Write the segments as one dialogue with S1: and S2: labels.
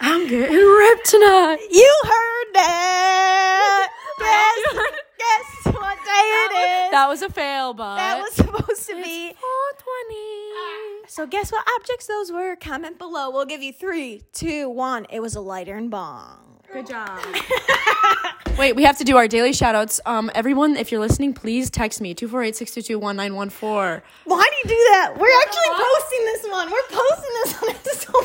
S1: I'm getting ripped tonight.
S2: You heard that. Guess, guess what day it is.
S1: That was a fail, but
S2: That was supposed to be.
S1: 420.
S2: So guess what objects those were? Comment below. We'll give you three, two, one. It was a lighter and bong.
S1: Good job. Wait, we have to do our daily shout outs. Um, everyone, if you're listening, please text me 248 622 1914.
S2: Why do you do that? We're actually posting this one. We're posting this on episode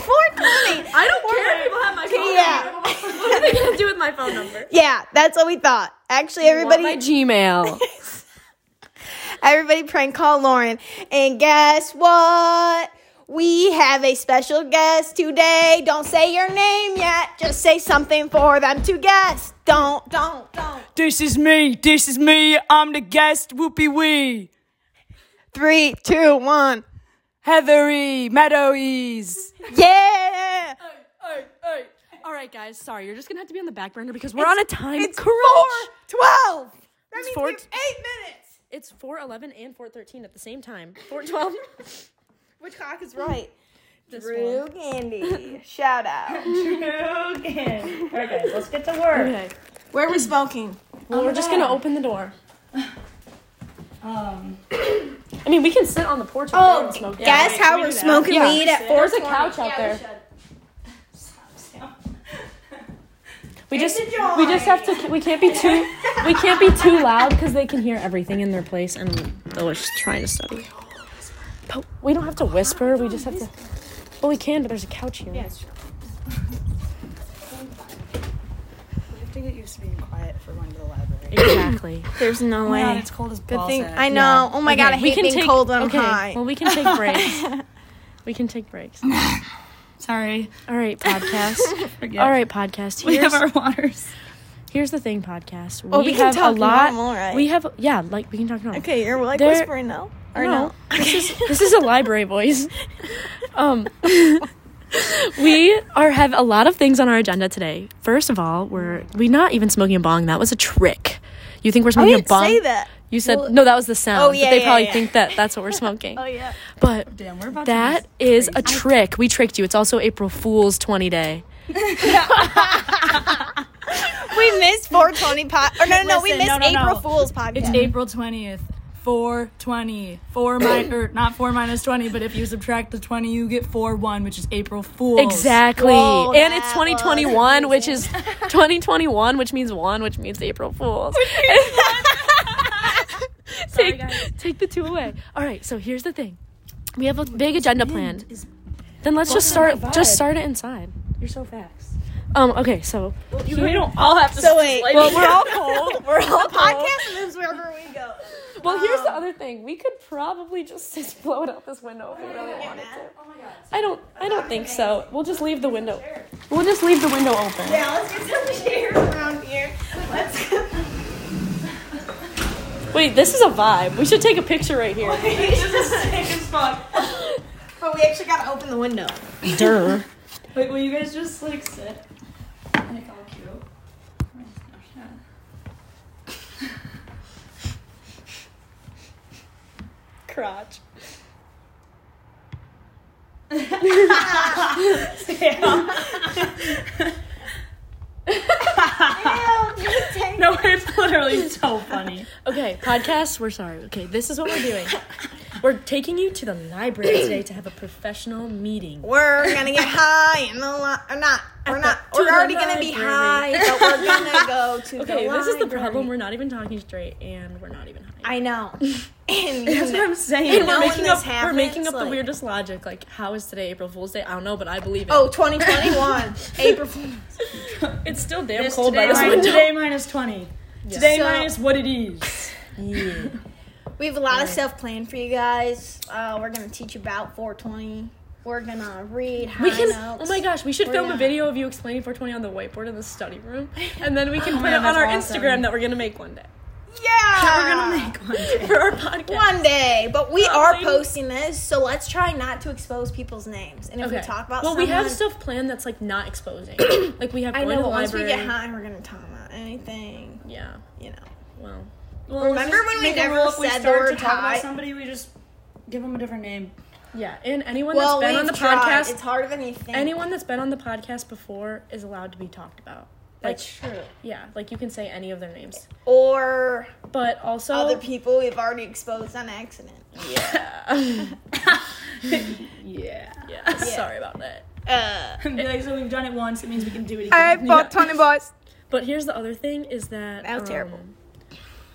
S2: 420.
S1: I don't care if people have my phone
S2: Yeah.
S1: What are they going to do with my phone number?
S2: Yeah, that's what we thought. Actually,
S1: Everybody,
S2: everybody,
S1: my Gmail.
S2: everybody prank call Lauren. And guess what? We have a special guest today. Don't say your name yet. Just say something for them to guess. Don't, don't, don't.
S3: This is me. This is me. I'm the guest. Whoopie wee.
S2: Three, two, one.
S3: Heathery. Meadowies.
S2: Yeah.
S1: All right, guys. Sorry, you're just gonna have to be on the back burner because we're on a time
S2: It's
S1: crunch.
S2: four twelve. That means
S1: four-
S2: we have eight minutes.
S1: It's four eleven and four thirteen at the same time. Four twelve.
S2: Which cock is right?
S1: This
S2: Drew
S1: one.
S2: Gandy. Shout out.
S3: Okay, let's get to work.
S1: Okay.
S2: Where are we smoking?
S1: Well, we're just gonna open the door.
S3: Um,
S1: I mean, we can sit on the porch. over there
S2: Oh,
S1: and smoke.
S2: guess how we're smoking
S1: Yeah.
S2: weed at four.
S1: There's a couch out there. We just we just have to we can't be too we can't be too loud because they can hear everything in their place and they're just trying to study. But we don't have to whisper. We just have to. Well, we can, but there's a couch here. Yes.
S3: I have to get used to being quiet for going to the library.
S1: Exactly.
S2: There's no way.
S3: God, it's cold as
S2: Good
S3: balls
S2: thing.
S3: out.
S2: I know. Oh my god, I
S1: Okay, we
S2: hate
S1: can
S2: being
S1: take-
S2: cold when I'm
S1: okay,
S2: high.
S1: Well, we can take breaks. we can take breaks.
S3: Sorry.
S1: All right, podcast.
S3: Forget.
S1: All right, podcast. Here's,
S3: We have our waters.
S1: here's the thing, podcast. We,
S2: Oh, we can
S1: have
S2: talk
S1: a lot.
S2: normal, right?
S1: We have yeah, like we can talk normal.
S2: okay, you're like
S1: There-
S2: whispering now. Or no.
S1: No, this is this is a library voice. Um, we are have a lot of things on our agenda today. First of all, we're we not even smoking a bong. That was a trick. You think we're
S2: I
S1: smoking
S2: didn't
S1: a bong?
S2: say that.
S1: You said no. That was the sound.
S2: Oh,
S1: but
S2: yeah,
S1: they
S2: yeah,
S1: probably
S2: yeah. Oh,
S1: think that that's what we're smoking.
S2: yeah.
S1: But
S3: Damn, we're about
S1: That is a trick. We tricked you. It's also April Fool's 20 day.
S2: We missed 420 pod. Or no, no, no, we
S3: Listen,
S2: missed
S3: no, no, no.
S2: April Fool's
S3: It's
S2: podcast.
S3: April 20th. 420. 4 minus, or er, not 4 minus 20, but if you subtract the 20, you get 4 1, which is April Fool's.
S1: Exactly.
S2: Whoa,
S1: and
S2: that
S1: it's
S2: was
S1: 2021, which is 2021, which means one, which means April Fool's. take, take the two away. All right, so here's the thing. We have a big agenda planned.
S3: is
S1: Then let's just
S3: blocking
S1: start
S3: my
S1: just
S3: vibe.
S1: start it inside.
S3: You're so fast.
S1: Um okay, so
S3: You don't all have to
S2: So wait.
S1: well, we're all cold. We're all
S2: the podcast moves wherever we go.
S1: Well, here's the other thing. We could probably just, just blow it out this window if we really wanted to. I don't. I don't think so. We'll just leave the window. We'll just leave the window open.
S2: Yeah, let's get some chairs around here. Let's go.
S1: Wait, this is a vibe. We should take a picture right here.
S2: But we actually gotta open the window.
S1: Durr.
S3: Wait, will you guys just like sit? Like all cute.
S1: Crotch.
S3: No, it's literally so funny.
S1: Okay, podcast. We're sorry. Okay, this is what we're doing. We're taking you to the library today to have a professional meeting.
S2: We're gonna get high in the li- or not. We're not.
S1: the- to
S2: We're
S1: the
S2: already gonna be high,
S1: library.
S2: but we're gonna go to the
S1: Okay, this is the
S2: library.
S1: problem. We're not even talking straight, and we're not even high.
S2: I know. And
S1: That's what I'm saying.
S2: You know
S1: we're
S2: when
S1: making
S2: this
S1: up. we're making
S2: happens,
S1: up the
S2: like-
S1: weirdest logic. Like, how is today April Fool's Day? I don't know, but I believe it.
S2: oh, 2021 April. Fool's.
S1: It's still damn
S3: It's
S1: cold by
S3: today,
S1: this
S3: minus,
S1: window.
S3: today minus 20. Today
S2: So-
S3: minus what it is.
S2: We have a lot of stuff planned for you guys. Uh, we're gonna teach you about 420. We're gonna read high
S1: We can.
S2: notes.
S1: Oh my gosh, we should
S2: We're
S1: film a
S2: not-
S1: video of you explaining 420 on the whiteboard in the study room, and then we can put
S3: my
S1: it
S3: God,
S1: on
S3: that's
S1: our
S3: awesome.
S1: Instagram that we're gonna make one day
S2: Yeah,
S3: We're gonna make one.
S1: for our podcast.
S2: one day, but we are
S1: maybe-
S2: posting this, so let's try not to expose people's names. And if we talk about
S1: well, we have
S2: someone-
S1: stuff planned that's like not exposing. like we have.
S2: I
S1: going
S2: know.
S1: to the
S2: Once
S1: library.
S2: we get high, we're gonna talk about anything.
S1: Yeah.
S2: You know.
S1: Well.
S3: Well,
S2: Remember
S3: just
S2: when we
S3: make a
S2: never
S3: rule if we
S2: said the
S3: start
S2: word
S3: to talk
S2: hi?
S3: about somebody? We just give them a different name.
S1: Yeah, and anyone
S2: Well,
S1: that's been on
S2: we've
S1: the
S2: tried.
S1: podcast,
S2: It's harder than you think.
S1: anyone that's been on the podcast before is allowed to be talked about. Like,
S2: That's true.
S1: yeah, like you can say any of their names,
S2: Or
S1: but also
S2: other people we've already exposed on accident.
S3: Yeah.
S1: Yeah, sorry about that.
S2: Uh,
S3: like, so we've done it once. It means we can do it again.
S2: I fucked Tony Boys.
S1: But here's the other thing: is that um,
S2: That was terrible.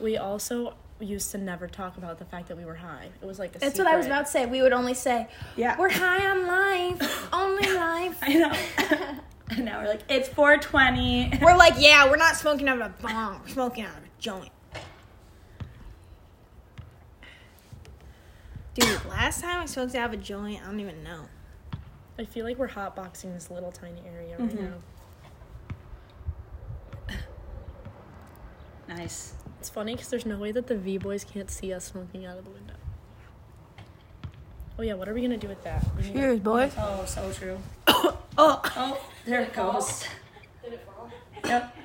S1: We also used to never talk about the fact that we were high. It was like a
S2: That's what I was
S1: secret.
S2: about to say. We would only say,
S3: Yeah.
S2: we're high on life, only life.
S3: I know. and now we're like, it's 420.
S2: We're like, yeah, we're not smoking out of a bong. We're smoking out of a joint. Dude, last time I smoked out of a joint, I don't even know.
S1: I feel like we're hotboxing this little tiny area right
S2: Mm-hmm.
S1: now.
S3: Nice.
S1: It's funny because there's no way that the V boys can't see us smoking out of the window. Oh yeah, what are we gonna do with that? We need-
S2: boy.
S3: Oh, so true.
S2: Oh,
S3: Oh, there it goes. Did it fall? Yep.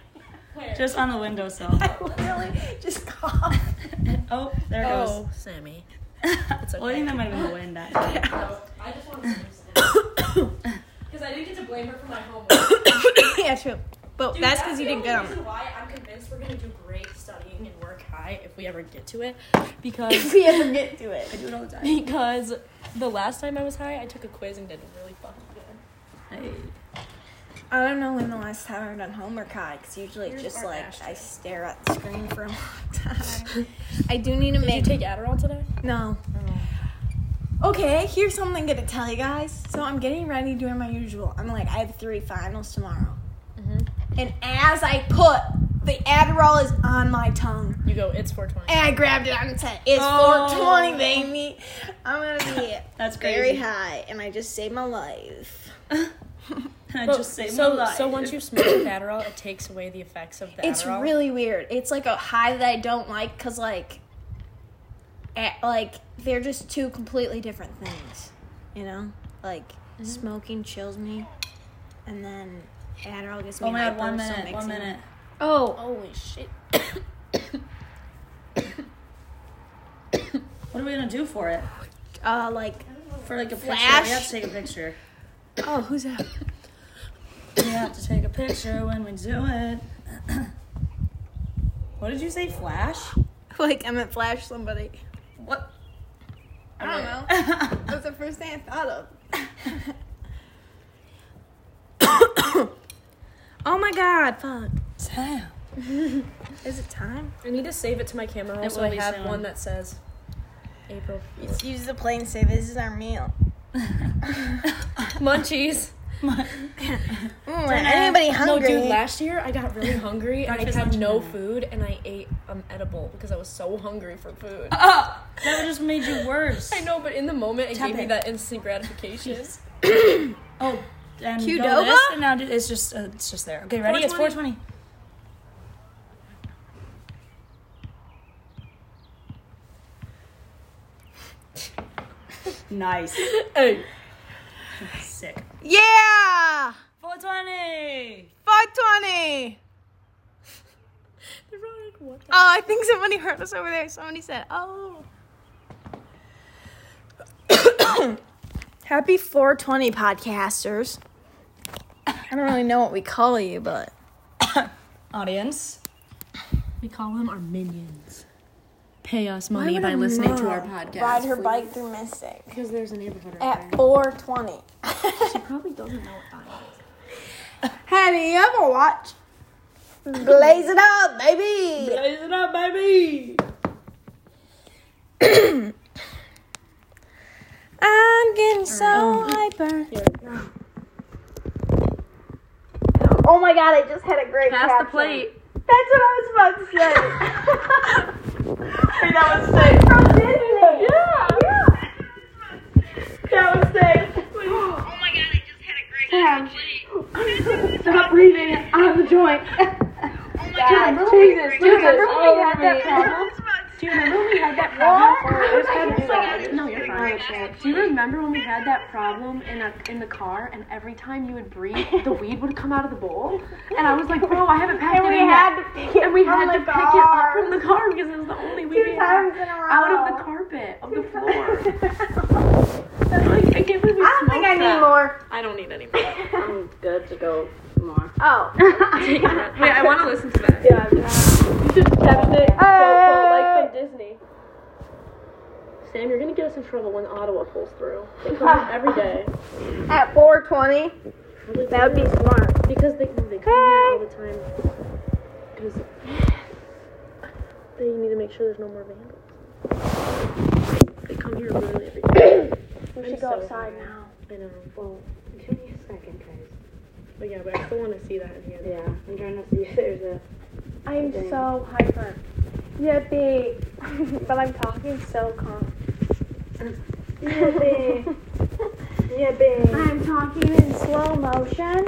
S3: Just on the windowsill.
S2: I literally just coughed.
S3: Oh, there it goes.
S1: oh, Sammy. It's
S3: Well, I
S1: okay.
S3: think that might have been the wind. Actually.
S1: I just want to because I didn't get to blame her for my homework.
S2: yeah, true. But that's because you didn't get them.
S1: why I'm convinced we're gonna do great studying and work high if we ever get to it,
S2: If
S1: because
S2: we ever get to
S3: I
S2: it.
S3: do it all the time.
S1: because the last time I was high, I took a quiz and did really fucking good.
S3: Hey.
S2: I don't know when the last time I've done homework high, because usually it's
S1: Here's
S2: just
S1: our
S2: like
S1: ashtray.
S2: I stare at the screen for a long time. I do need to
S1: Did you
S2: make
S1: take Adderall today?
S2: No. Okay, here's something I'm gonna tell you guys. So I'm getting ready doing my usual. I'm like, I have three finals tomorrow. And as I put the Adderall is on my tongue,
S1: You go. It's 420.
S2: and I grabbed it and said, "It's
S3: Oh.
S2: 420, baby. I'm gonna be
S3: That's
S2: very
S3: crazy.
S2: high, and I just saved my life.
S3: I
S1: But-
S3: just saved
S1: so,
S3: my life.
S1: So once you smoke with Adderall, it takes away the effects of the
S2: It's
S1: Adderall.
S2: really weird. It's like a high that I don't like because like, at, like they're just two completely different things. You know, like smoking chills me, and then Adderall gets me.
S3: Oh my god,
S2: hyper,
S3: one
S2: so it
S3: minute,
S2: makes
S3: one
S2: me-
S3: minute.
S2: Oh,
S1: Holy shit.
S3: What are we gonna do for it?
S2: uh, like
S3: For like a picture.
S2: Flash?
S3: We have to take a picture.
S2: oh, who's that?
S3: We have to take a picture when we do it. what did you say, Flash?
S2: like I meant flash somebody.
S3: What?
S2: I don't know. That's the first thing I thought of. oh my god, fuck!
S3: Damn.
S2: Is it time?
S1: I need to save it to my camera roll
S3: It
S1: so
S3: will
S1: I
S3: be
S1: have
S3: soon.
S1: one that says April.
S2: Let's use the plane. Say this is our meal.
S1: Munchies.
S2: Mm, anybody
S1: No,
S2: hungry?
S1: dude. Last year I got really hungry and I
S3: Breakfast,
S1: had
S3: lunch,
S1: no
S3: dinner.
S1: food and I ate an edible because I was so hungry for food.
S3: That just made you worse.
S1: I know, but in the moment it
S3: Tap
S1: gave me
S3: it.
S1: that instant gratification.
S3: Oh, and
S2: Qdoba?
S3: go this, and now do- it's just uh, it's just there. Okay, ready? It's
S1: 420.
S3: 420. nice.
S1: hey,
S3: Sick.
S2: Yeah!
S3: 420.
S2: 520!
S1: they wrote it one
S2: Oh, I think somebody heard us over there. Somebody said, oh. Happy 420 podcasters. I don't really know what we call you, but.
S3: Audience.
S1: We call them our minions. Pay us money
S2: would
S1: by
S2: a
S1: listening to
S2: mom
S1: our podcast.
S2: Ride her bike through Mystic
S1: because there's a neighborhood right
S2: at 420.
S1: She probably doesn't know what that is.
S2: Have you ever watched? Blaze it up, baby!
S3: Raise it up, baby.
S2: I'm getting so
S1: um,
S2: hyper. Oh my god, I just had a great
S1: Pass the
S2: caption.
S1: plate.
S2: That's what I was about to say. that was sick. From Disney. Yeah. That was sick.
S4: Oh my god, I just had a great Sam. Oh
S2: Stop breathing on the joint.
S4: my god,
S2: Jesus, Jesus.
S4: Do you remember when we had that problem?
S2: Do you remember
S5: we had that problem? Or just had to do that.
S6: No, you're fine. Do you remember when we had that problem in a, in the car, and every time you would breathe, the weed would come out of the bowl? And I was like, bro, I haven't packed
S5: And
S6: it
S5: we
S6: in
S5: had
S6: yet.
S5: to pick it
S6: and we
S5: from
S6: had to
S5: the
S6: pick it up
S5: car.
S6: from the car because it was the only weed
S5: Two
S6: we
S5: times
S6: had
S5: in a
S6: out of
S5: row.
S6: the carpet of the floor. And, like, I can't believe we
S5: I don't think I
S6: smoked
S5: need
S6: that.
S5: more.
S6: I don't need any more.
S7: I'm good to go more.
S5: Oh.
S6: Wait, I want to listen to that.
S7: Yeah, you should kept it
S5: Uh,
S7: quote, quote, like from Disney. Sam, you're gonna get us in trouble when Ottawa pulls through. They come in every day
S5: At 420. That would be smart.
S7: because they they come here all the time. Because they need to make sure there's no more vandals. They come here literally every day. we should go outside now. I know. Well,
S6: Give me a second, guys.
S7: but yeah, but I still want to see that in here.
S6: Yeah, I'm trying to see if there's a.
S5: I'm so hyper. Yippee. but I'm talking so calm. Yippee. Yippee. I'm talking in slow motion.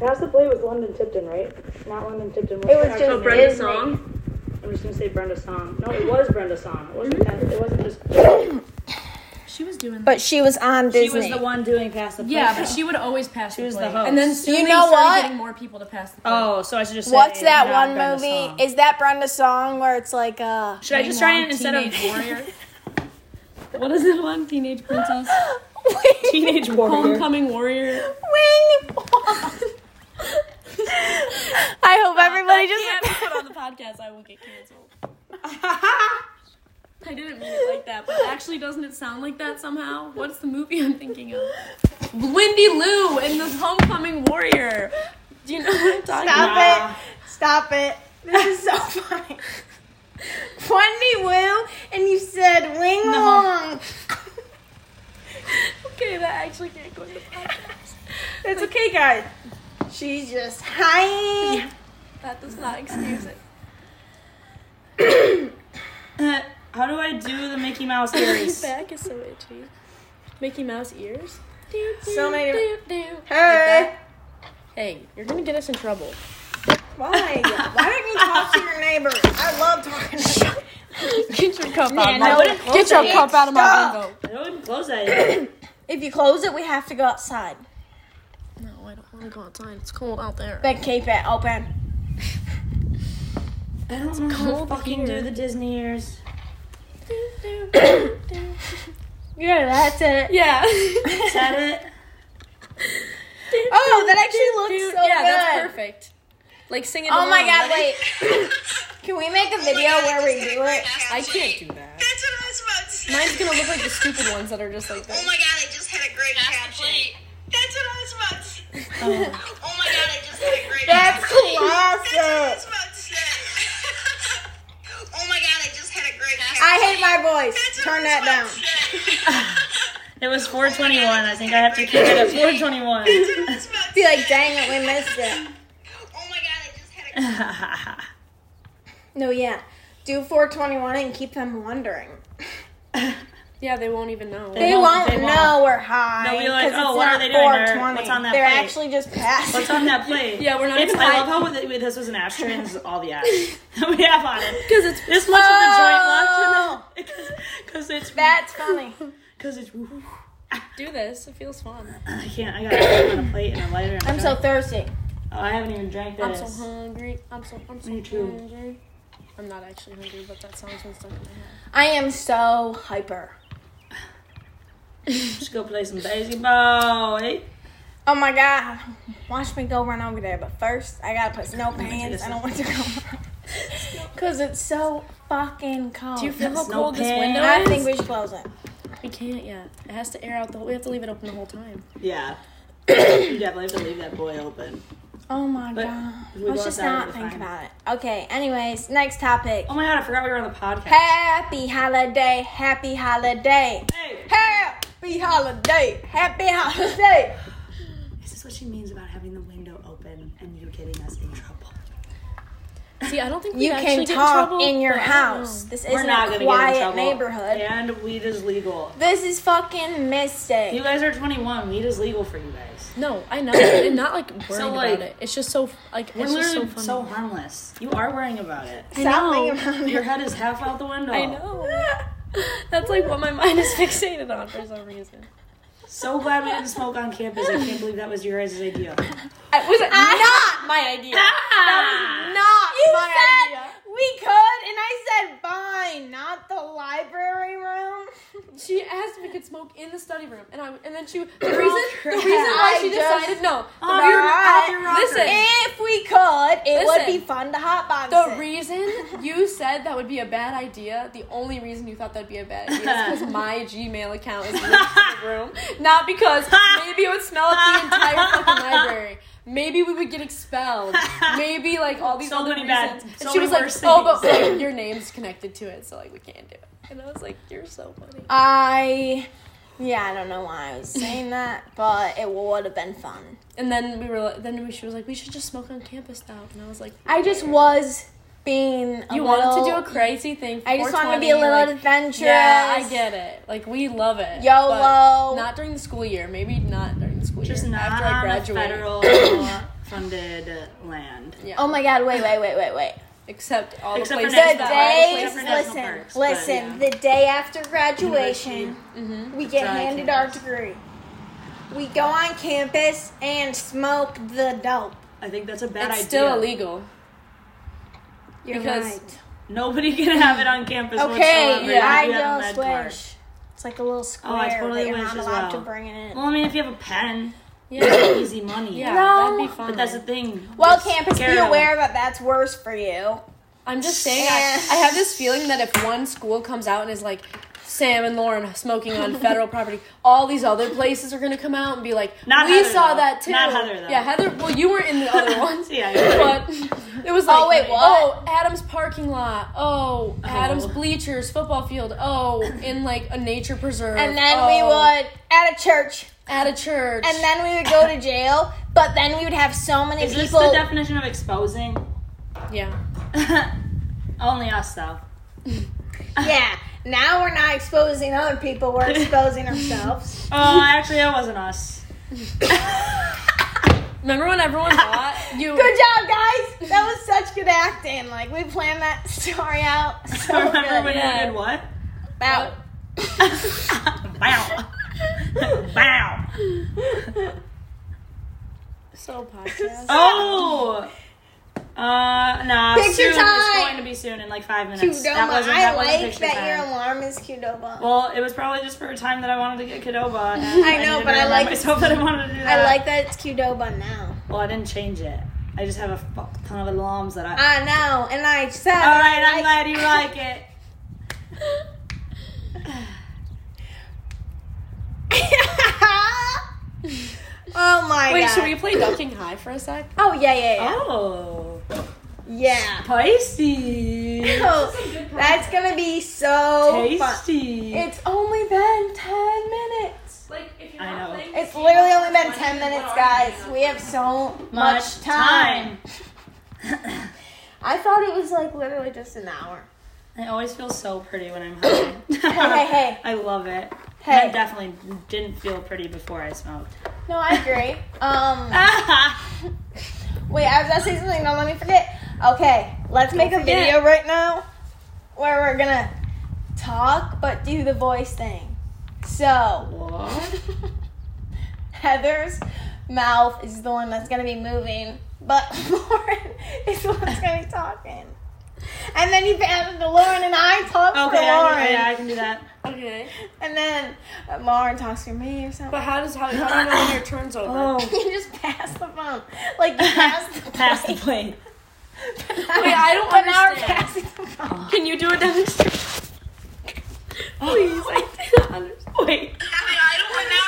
S8: Pass the play was London Tipton, right? Not London Tipton.
S5: It was
S8: actually
S5: just
S8: Brenda.
S5: Disney.
S8: I'm just gonna say Brenda Song. No, it was Brenda Song. It wasn't. Pass- It wasn't just.
S1: She was doing that.
S2: But she was on
S3: She
S2: Disney.
S3: was the one doing pass the plate.
S1: Yeah, but she would always pass she the
S3: was the
S1: plate.
S3: host.
S1: And then soon
S2: You
S1: they
S2: know
S1: started
S2: what?
S1: getting more people to pass the plate.
S3: Oh, so I should just say
S2: What's that
S3: not
S2: one
S3: Brenda
S2: movie?
S3: Song.
S2: Is that Brenda's song where it's like, uh,
S3: should I just try it instead
S1: Teenage warrior.
S3: of what is it one teenage princess
S2: wing,
S3: teenage warrior?
S1: Homecoming warrior.
S2: wing? I hope everybody
S1: Can't
S2: just.
S1: be put on the podcast. I will get canceled. I didn't mean it like that, but actually, doesn't it sound like that somehow? What's the movie I'm thinking of? Wendy Lou and the Homecoming Warrior. Do you know what I'm talking
S2: Stop
S1: about?
S2: it! Stop it! This is so funny. Wendy Woo, and you said wing along.
S1: Okay, that actually can't go in the podcast.
S8: It's okay, guys.
S2: She's just high.
S1: That does not excuse it.
S3: How do I do the Mickey Mouse ears?
S1: back is so itchy. Mickey Mouse ears. Do, do,
S2: So many-
S1: do, do.
S2: Hey,
S1: Hey, you're gonna get us in trouble.
S2: why? Why don't you talk to your neighbor? I love talking to you.
S1: Get your cup out.
S3: Man, I wouldn't close
S1: Get your
S3: that.
S1: cup out of my window.
S3: I wouldn't close that. yet.
S2: If you close it, we have to go outside.
S1: No, I don't want to go outside. It's cold out there.
S2: Then keep it open.
S3: I don't know how to fucking do the Disney ears.
S2: Yeah, that's it.
S1: Yeah.
S3: Is that it?
S2: Oh, that actually looks so
S1: yeah, that's
S2: good.
S1: perfect. Like sing it.
S2: Oh my
S1: along.
S2: god,
S1: Like,
S2: wait. Can we make a
S9: Oh
S2: video
S1: Oh
S2: where we do it?
S1: I can't do that.
S9: That's what I was about to say.
S1: Mine's gonna look like the stupid ones that are just like
S9: Oh
S1: that.
S9: my god, I just had a great caption. That's what I was about to say. Oh my god, I just had a great
S2: That's
S9: caption. That's
S2: classic.
S9: what I was about to say. oh my god, I just had a great caption.
S2: I hate my voice.
S9: That's what
S2: Turn
S9: I was
S2: that
S9: about
S2: down.
S9: to say.
S3: It was 421. I think I have to keep it at 421.
S9: That's what I was about to
S2: Be like,
S9: say.
S2: dang it, we missed it.
S9: Oh my god, I just had a great
S2: No, yeah. Do 421 and keep them wondering.
S1: Yeah, they won't even know.
S2: They, won't,
S3: won't- they won't.
S2: know we're high.
S3: They'll be like,
S2: 'cause
S3: "Oh,
S2: it's
S3: what are
S2: not
S3: they doing? They're-
S2: 420.
S3: what's on that
S2: They're
S3: plate?"
S2: actually just passing.
S3: What's on that plate?
S1: Yeah, we're not
S3: It's,
S1: even
S3: I love how with it- with this was an ashtray and this is all the ash we have on it.
S1: because it's
S3: This much
S2: Oh.
S3: of the joint left. Because it's.
S2: That's funny.
S3: Because it's.
S1: do this. It feels fun.
S3: I can't. I gotta put it on a plate and a lighter. And
S2: I'm so thirsty.
S3: Oh, I haven't even drank
S1: I'm
S3: this.
S1: so hungry. I'm so I'm so
S3: Me too.
S1: hungry. I'm not actually hungry, but that song's been stuck in my head.
S2: I am so hyper.
S3: Just go play some baseball. Eh?
S2: Oh my god. Watch me go run over there, but first I gotta put snow pants. I don't want to go. Because it's so fucking cold.
S1: Do you feel how
S3: Snow
S1: cold this
S3: pan.
S1: window
S2: I
S1: is?
S2: think we should close it.
S1: we can't yet. It has to air out the. We have to leave it open the whole time.
S3: Yeah. you definitely have to leave that boy open.
S2: Oh my
S3: But
S2: god.
S3: if we go
S2: Let's just
S3: outside,
S2: not
S3: it'll be
S2: think
S3: fine.
S2: about it. Okay, anyways, next topic.
S3: Oh my god, I forgot we were on the podcast.
S2: Happy holiday, happy holiday.
S3: Hey.
S2: Happy holiday, happy holiday.
S3: Is this what she means about having the window open and you getting us in trouble?
S1: See, I don't think we
S2: You
S1: actually
S2: can
S1: get in
S2: talk
S1: trouble, Oh.
S2: in your
S1: but I don't
S2: house.
S1: know.
S2: This
S3: We're
S2: isn't
S3: not
S2: a
S3: gonna get in
S2: quiet
S3: trouble.
S2: neighborhood.
S3: And weed is legal.
S2: This is fucking
S3: You
S2: mistake.
S3: guys are 21. Weed is legal for you guys.
S1: No, I know, and not like worried
S3: like,
S1: about it. It's just so like
S3: We're
S1: it's just so
S3: literally
S1: funny.
S3: so harmless. You are worrying about it.
S2: Something about
S3: Your head is half out the window.
S1: I know. That's like what my mind is fixated on for some reason.
S3: So glad we didn't smoke on campus. I can't believe that was your guys' idea.
S2: was not my idea. That was not Ah. you my said idea. We could, and I said fine, not the library room.
S1: She asked if we could smoke in the study room, and I and then she the reason the reason why
S2: I
S1: she
S2: just-
S1: decided no the,
S3: Off
S1: re-
S3: your- off your rocker.
S1: listen
S2: If we could, it would be
S1: Listen.
S2: fun to hotbox
S1: the
S2: it.
S1: reason you said that would be a bad idea the only reason you thought that'd be a bad idea is because my Gmail account is in the room, not because maybe it would smell up the entire fucking library. Maybe we would get expelled. Maybe like all these
S3: So
S1: other
S3: many bad-
S1: reasons.
S3: so
S1: and she
S3: many
S1: was like,
S3: worse
S1: "Oh, but
S3: things."
S1: like, your name's connected to it, so like we can't do it." And I was like, "You're so funny."
S2: I, yeah, I don't know why I was saying that, but it would have been fun.
S1: And then we were, like- then we- she was like, "We should just smoke on campus now." And I was like,
S2: I just was being. A
S1: "You
S2: little,
S1: wanted to do a crazy thing?
S2: I just
S1: want to
S2: be a little
S1: Like,
S2: adventurous.
S1: yeah, I get it. Like we love it. but
S2: YOLO.
S1: Not during the school year. Maybe not during the school
S3: Just
S1: year.
S3: not
S1: after I
S3: on a
S1: graduate.
S3: federal funded land.
S1: Yeah.
S2: Oh my god! Wait, wait, wait, wait, wait.
S1: Except all
S3: Except for
S1: the places
S2: The
S1: that
S3: That's not
S2: day,
S3: right. Except for national
S2: listen,
S3: parks, but
S2: listen. The day after graduation, we get
S3: Dry
S2: handed our degree. We go on campus and smoke the dope.
S3: I think that's a bad
S1: it's
S3: idea.
S1: still illegal.
S2: You're
S1: Because-
S2: right.
S3: Nobody can have it on campus
S2: Okay,
S3: whatsoever.
S2: yeah,
S3: if you have a
S2: I just
S3: med card.
S2: wish. It's like a little square
S3: totally
S2: that you're
S3: wish
S2: not
S3: as
S2: allowed
S3: well. Mm.
S2: to bring it in.
S3: Well, I mean, if you have a pen,
S1: Yeah,
S3: easy money.
S1: yeah,
S2: No.
S1: that'd be fun.
S3: But that's the thing.
S2: Well,
S3: It's
S2: campus, be
S3: scary.
S2: aware that that's worse for you.
S1: I'm just saying, I, I have this feeling that if one school comes out and is like, Sam and Lauren smoking on federal property, all these other places are gonna come out and be like,
S3: Not
S1: we
S3: Heather,
S1: saw
S3: though.
S1: that too.
S3: Not Heather, though.
S1: Yeah, Heather. Well, you were in the other ones.
S3: Yeah, you're right.
S1: But it was like,
S2: Oh, wait, what?
S1: oh, Adam's parking lot. Oh, Adam's
S3: Oh.
S1: bleachers, football field. Oh, in like a nature preserve.
S2: And then we
S1: Oh,
S2: would at a church,
S1: at a church.
S2: and then we would go to jail. But then we would have so many
S3: Is this
S2: people.
S3: the definition of exposing?
S1: yeah,
S3: Only us, though.
S2: yeah. Now we're not exposing other people; we're exposing ourselves.
S3: Oh, actually, that wasn't us.
S1: remember when everyone thought you?
S2: Good job, guys. That was such good acting. Like we planned that story out. So
S3: Remember
S2: good.
S3: when
S1: Yeah.
S3: you did what?
S2: That-
S3: Bow. Bow.
S1: So podcast.
S3: Oh. Uh, nah.
S2: Picture
S3: soon.
S2: time.
S3: It's going to be soon in like five minutes. That
S2: Qdoba.
S3: wasn't.
S2: I
S3: That wasn't
S2: like
S3: picture
S2: that
S3: time.
S2: your alarm is Qdoba.
S3: Well, it was probably just for a time that I wanted to get Kadoba.
S2: I know, but I like-
S3: myself that I wanted to do that.
S2: I like that it's Qdoba now.
S3: Well, I didn't change it. I just have a fuck ton of alarms that I.
S2: I know, and I said.
S3: All right, I'm glad you like it.
S2: oh my
S1: Wait,
S2: god.
S1: should we play Ducking High for a sec?
S2: Oh yeah, yeah, yeah.
S3: Oh,
S2: Yeah.
S3: spicy,
S2: Oh, that's gonna be so fun.
S3: tasty.
S2: It's only been ten minutes.
S1: Like if you're
S3: I know.
S2: It's literally only been ten minutes, guys. We have so much time. I thought it was like literally just an hour.
S3: I always feel so pretty when I'm high.
S2: hey, hey.
S3: I love it. I
S2: Hey,
S3: definitely didn't feel pretty before I smoked.
S2: no, I agree. Um.
S3: Ah,
S2: Wait, I was gonna say something. Don't let me forget. Okay, let's make a video right now where we're gonna talk but do the voice thing. So,
S3: what?
S2: Heather's mouth is the one that's gonna be moving, but Lauren is the one that's gonna be talking. And then you pass it to Lauren and I talk
S3: Okay,
S2: for Lauren.
S3: I, yeah, I can do that.
S1: Okay.
S2: And then uh, Lauren talks for me or something.
S1: But how does how, how do you know when your turn's over?
S2: You just pass the phone. Like, you pass the
S3: Pass the plate.
S1: Wait, I don't
S2: But now we're
S1: understand.
S2: passing the phone.
S1: Can you do a demonstration? Please, I don't understand.
S3: Wait.
S9: Abby, I don't want now.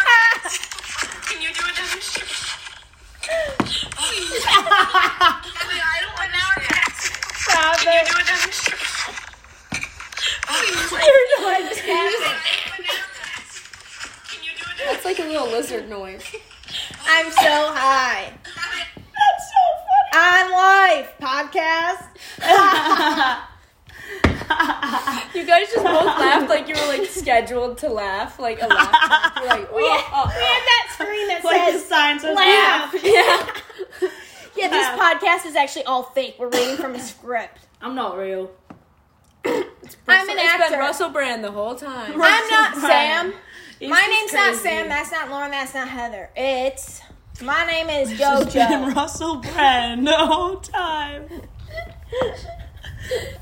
S9: Can you do a demonstration? Abby, I don't want now.
S2: Stop
S9: Can you
S2: it.
S9: do a demonstration?
S2: What just happened?
S9: Can you do a demonstration?
S1: It's like a little lizard noise.
S2: I'm so high.
S9: Abby,
S2: On life podcast.
S1: You guys just both laughed like you were like scheduled to laugh, like a laugh. track. You're like, oh, oh,
S2: We have that screen that
S3: like the
S2: says,
S3: sign says laugh.
S1: yeah.
S2: yeah, this podcast is actually all fake. We're reading from a script.
S8: I'm not real.
S2: I'm an
S1: It's
S2: actor.
S1: been Russell Brand the whole time.
S2: I'm not Sam.
S3: Brand.
S2: My name's not Sam. That's not Lauren. That's not Heather. It's my name is
S3: It's been
S2: JoJo.
S3: Russell Brand the whole time.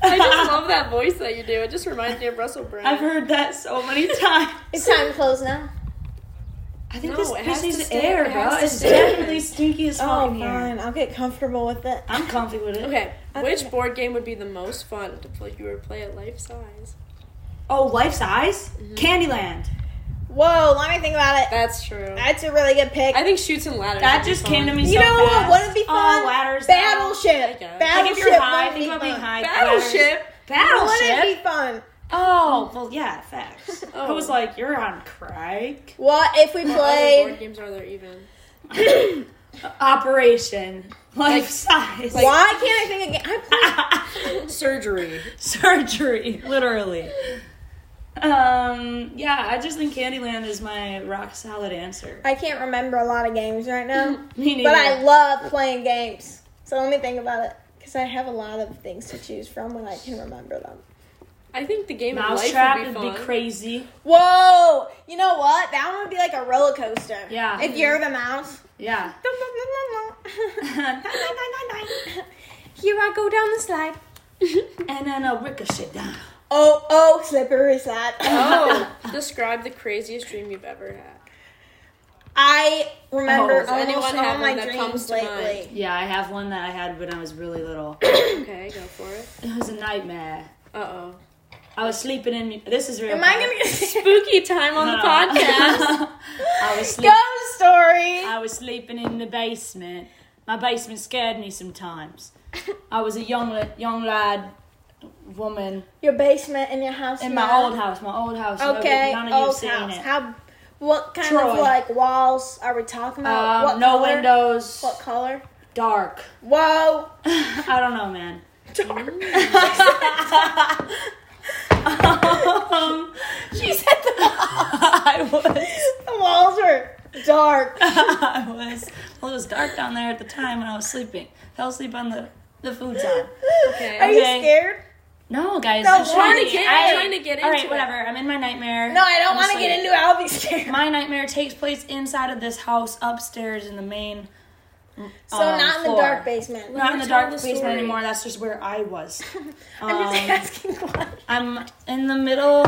S1: I just love that voice that you do. It just reminds me of Russell Brand.
S3: I've heard that so many times.
S2: It's time to close now.
S3: I think
S1: No,
S3: this
S1: it
S3: this
S1: has to
S3: needs
S1: stay-
S3: air,
S1: it
S3: bro.
S1: has to
S3: It's
S1: stay.
S3: definitely stinky as fuck
S2: Oh,
S3: in here.
S2: fine. I'll get comfortable with it.
S3: I'm comfy with it.
S1: Okay,
S2: I
S1: which
S2: think-
S1: board game would be the most fun to play? You were play at life size.
S3: Oh, life size?
S1: Mm-hmm.
S3: Candyland.
S2: Whoa, let me think about it.
S1: That's true.
S2: That's a really good pick.
S1: I think shoots and ladders.
S3: That
S1: would be
S3: just
S1: fun.
S3: came to me
S2: You
S3: so
S2: know
S3: fast.
S2: what wouldn't be fun?
S3: Oh, ladders.
S1: I
S2: Battleship.
S1: guess.
S3: Like
S2: Battleship.
S3: if you're high,
S2: wouldn't
S3: think about
S2: be
S3: being
S2: fun.
S3: high.
S1: Battleship.
S3: Battleship.
S2: Wouldn't it be fun?
S3: oh, well, yeah, facts. I
S1: Oh.
S3: was like, you're on crack.
S2: What if we
S1: What other board
S2: played?
S1: games are there even?
S3: Operation. Life size.
S2: Why can't I think of? ga- I played
S1: Surgery.
S3: Surgery, literally. Um, yeah, I just think Candyland is my rock solid answer.
S2: I can't remember a lot of games right now,
S3: Me neither.
S2: but I love playing games. So let me think about it because I have a lot of things to choose from when I can remember them.
S1: I think the game of life
S3: Mousetrap
S1: would be
S3: would
S1: fun.
S3: be crazy.
S2: Whoa! You know what? That one would be like a roller coaster.
S3: Yeah.
S2: If you're the mouse.
S3: Yeah.
S2: Here I go down the slide.
S3: And then a ricochet down.
S2: Oh, oh, slippery slide.
S1: oh, describe the craziest dream you've ever had.
S2: I remember
S3: Oh, does
S2: almost
S1: anyone
S2: all
S1: have one
S2: my
S1: that comes
S2: dreams
S1: to
S2: lately.
S3: Yeah, I have one that I had when I was really little.
S1: Okay, go for it.
S3: It was a nightmare.
S1: Uh oh.
S3: I was sleeping in. This is real.
S2: Am I gonna get
S1: Spooky time on the podcast.
S3: I was sleeping.
S2: ghost story?
S3: I was sleeping in the basement. My basement scared me sometimes. I was a young la- young lad, woman
S2: Your basement in your house.
S3: in
S2: now?
S3: my old house. My old house. no,
S2: Okay,
S3: none of
S2: old
S3: you've seen
S2: house.
S3: it.
S2: How? What kind of
S3: Troy.
S2: like walls are we talking about?
S3: Um,
S2: what
S3: no
S2: color?
S3: windows.
S2: What color?
S3: Dark.
S2: Whoa!
S3: I don't know, man. Dark. um,
S2: She said the
S3: I was.
S2: the walls were dark.
S3: I was. Well, it was dark down there at the time when I was sleeping. Fell asleep on the the food side.
S1: Okay.
S2: Are you
S3: Okay.
S2: scared?
S3: No, guys.
S2: No,
S3: I'm
S2: we're
S1: trying
S3: trying to get.
S1: to get-
S3: I-
S1: trying to get
S3: All right,
S1: into it.
S3: whatever. I'm in my nightmare.
S2: No, I don't
S3: I'm
S2: want to
S3: asleep.
S2: get into it. I'll be scared.
S3: My nightmare takes place inside of this house upstairs in the main.
S2: So not in the dark basement.
S3: Um, Not in the dark basement
S1: story.
S3: anymore. That's just where I was.
S2: I'm just
S3: Um,
S2: asking why.
S3: I'm in the middle.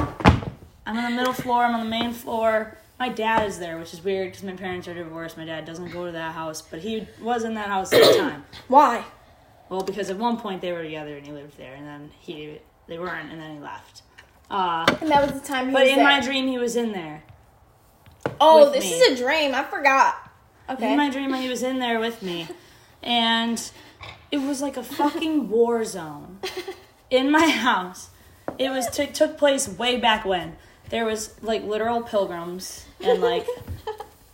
S3: I'm on the middle floor. I'm on the main floor. My dad is there, which is weird because my parents are divorced. My dad doesn't go to that house, but he was in that house at the time.
S2: Why?
S3: Well, because at one point they were together and he lived there, and then he they weren't, and then he left. Uh,
S2: And that was the time he
S3: but
S2: was
S3: in
S2: there.
S3: my dream, he was in there.
S2: oh,
S3: with
S2: this
S3: me.
S2: is a dream. I forgot. Okay.
S3: In my dream, he was in there with me, and it was like a fucking war zone in my house. It was took took place way back when there was like literal pilgrims and like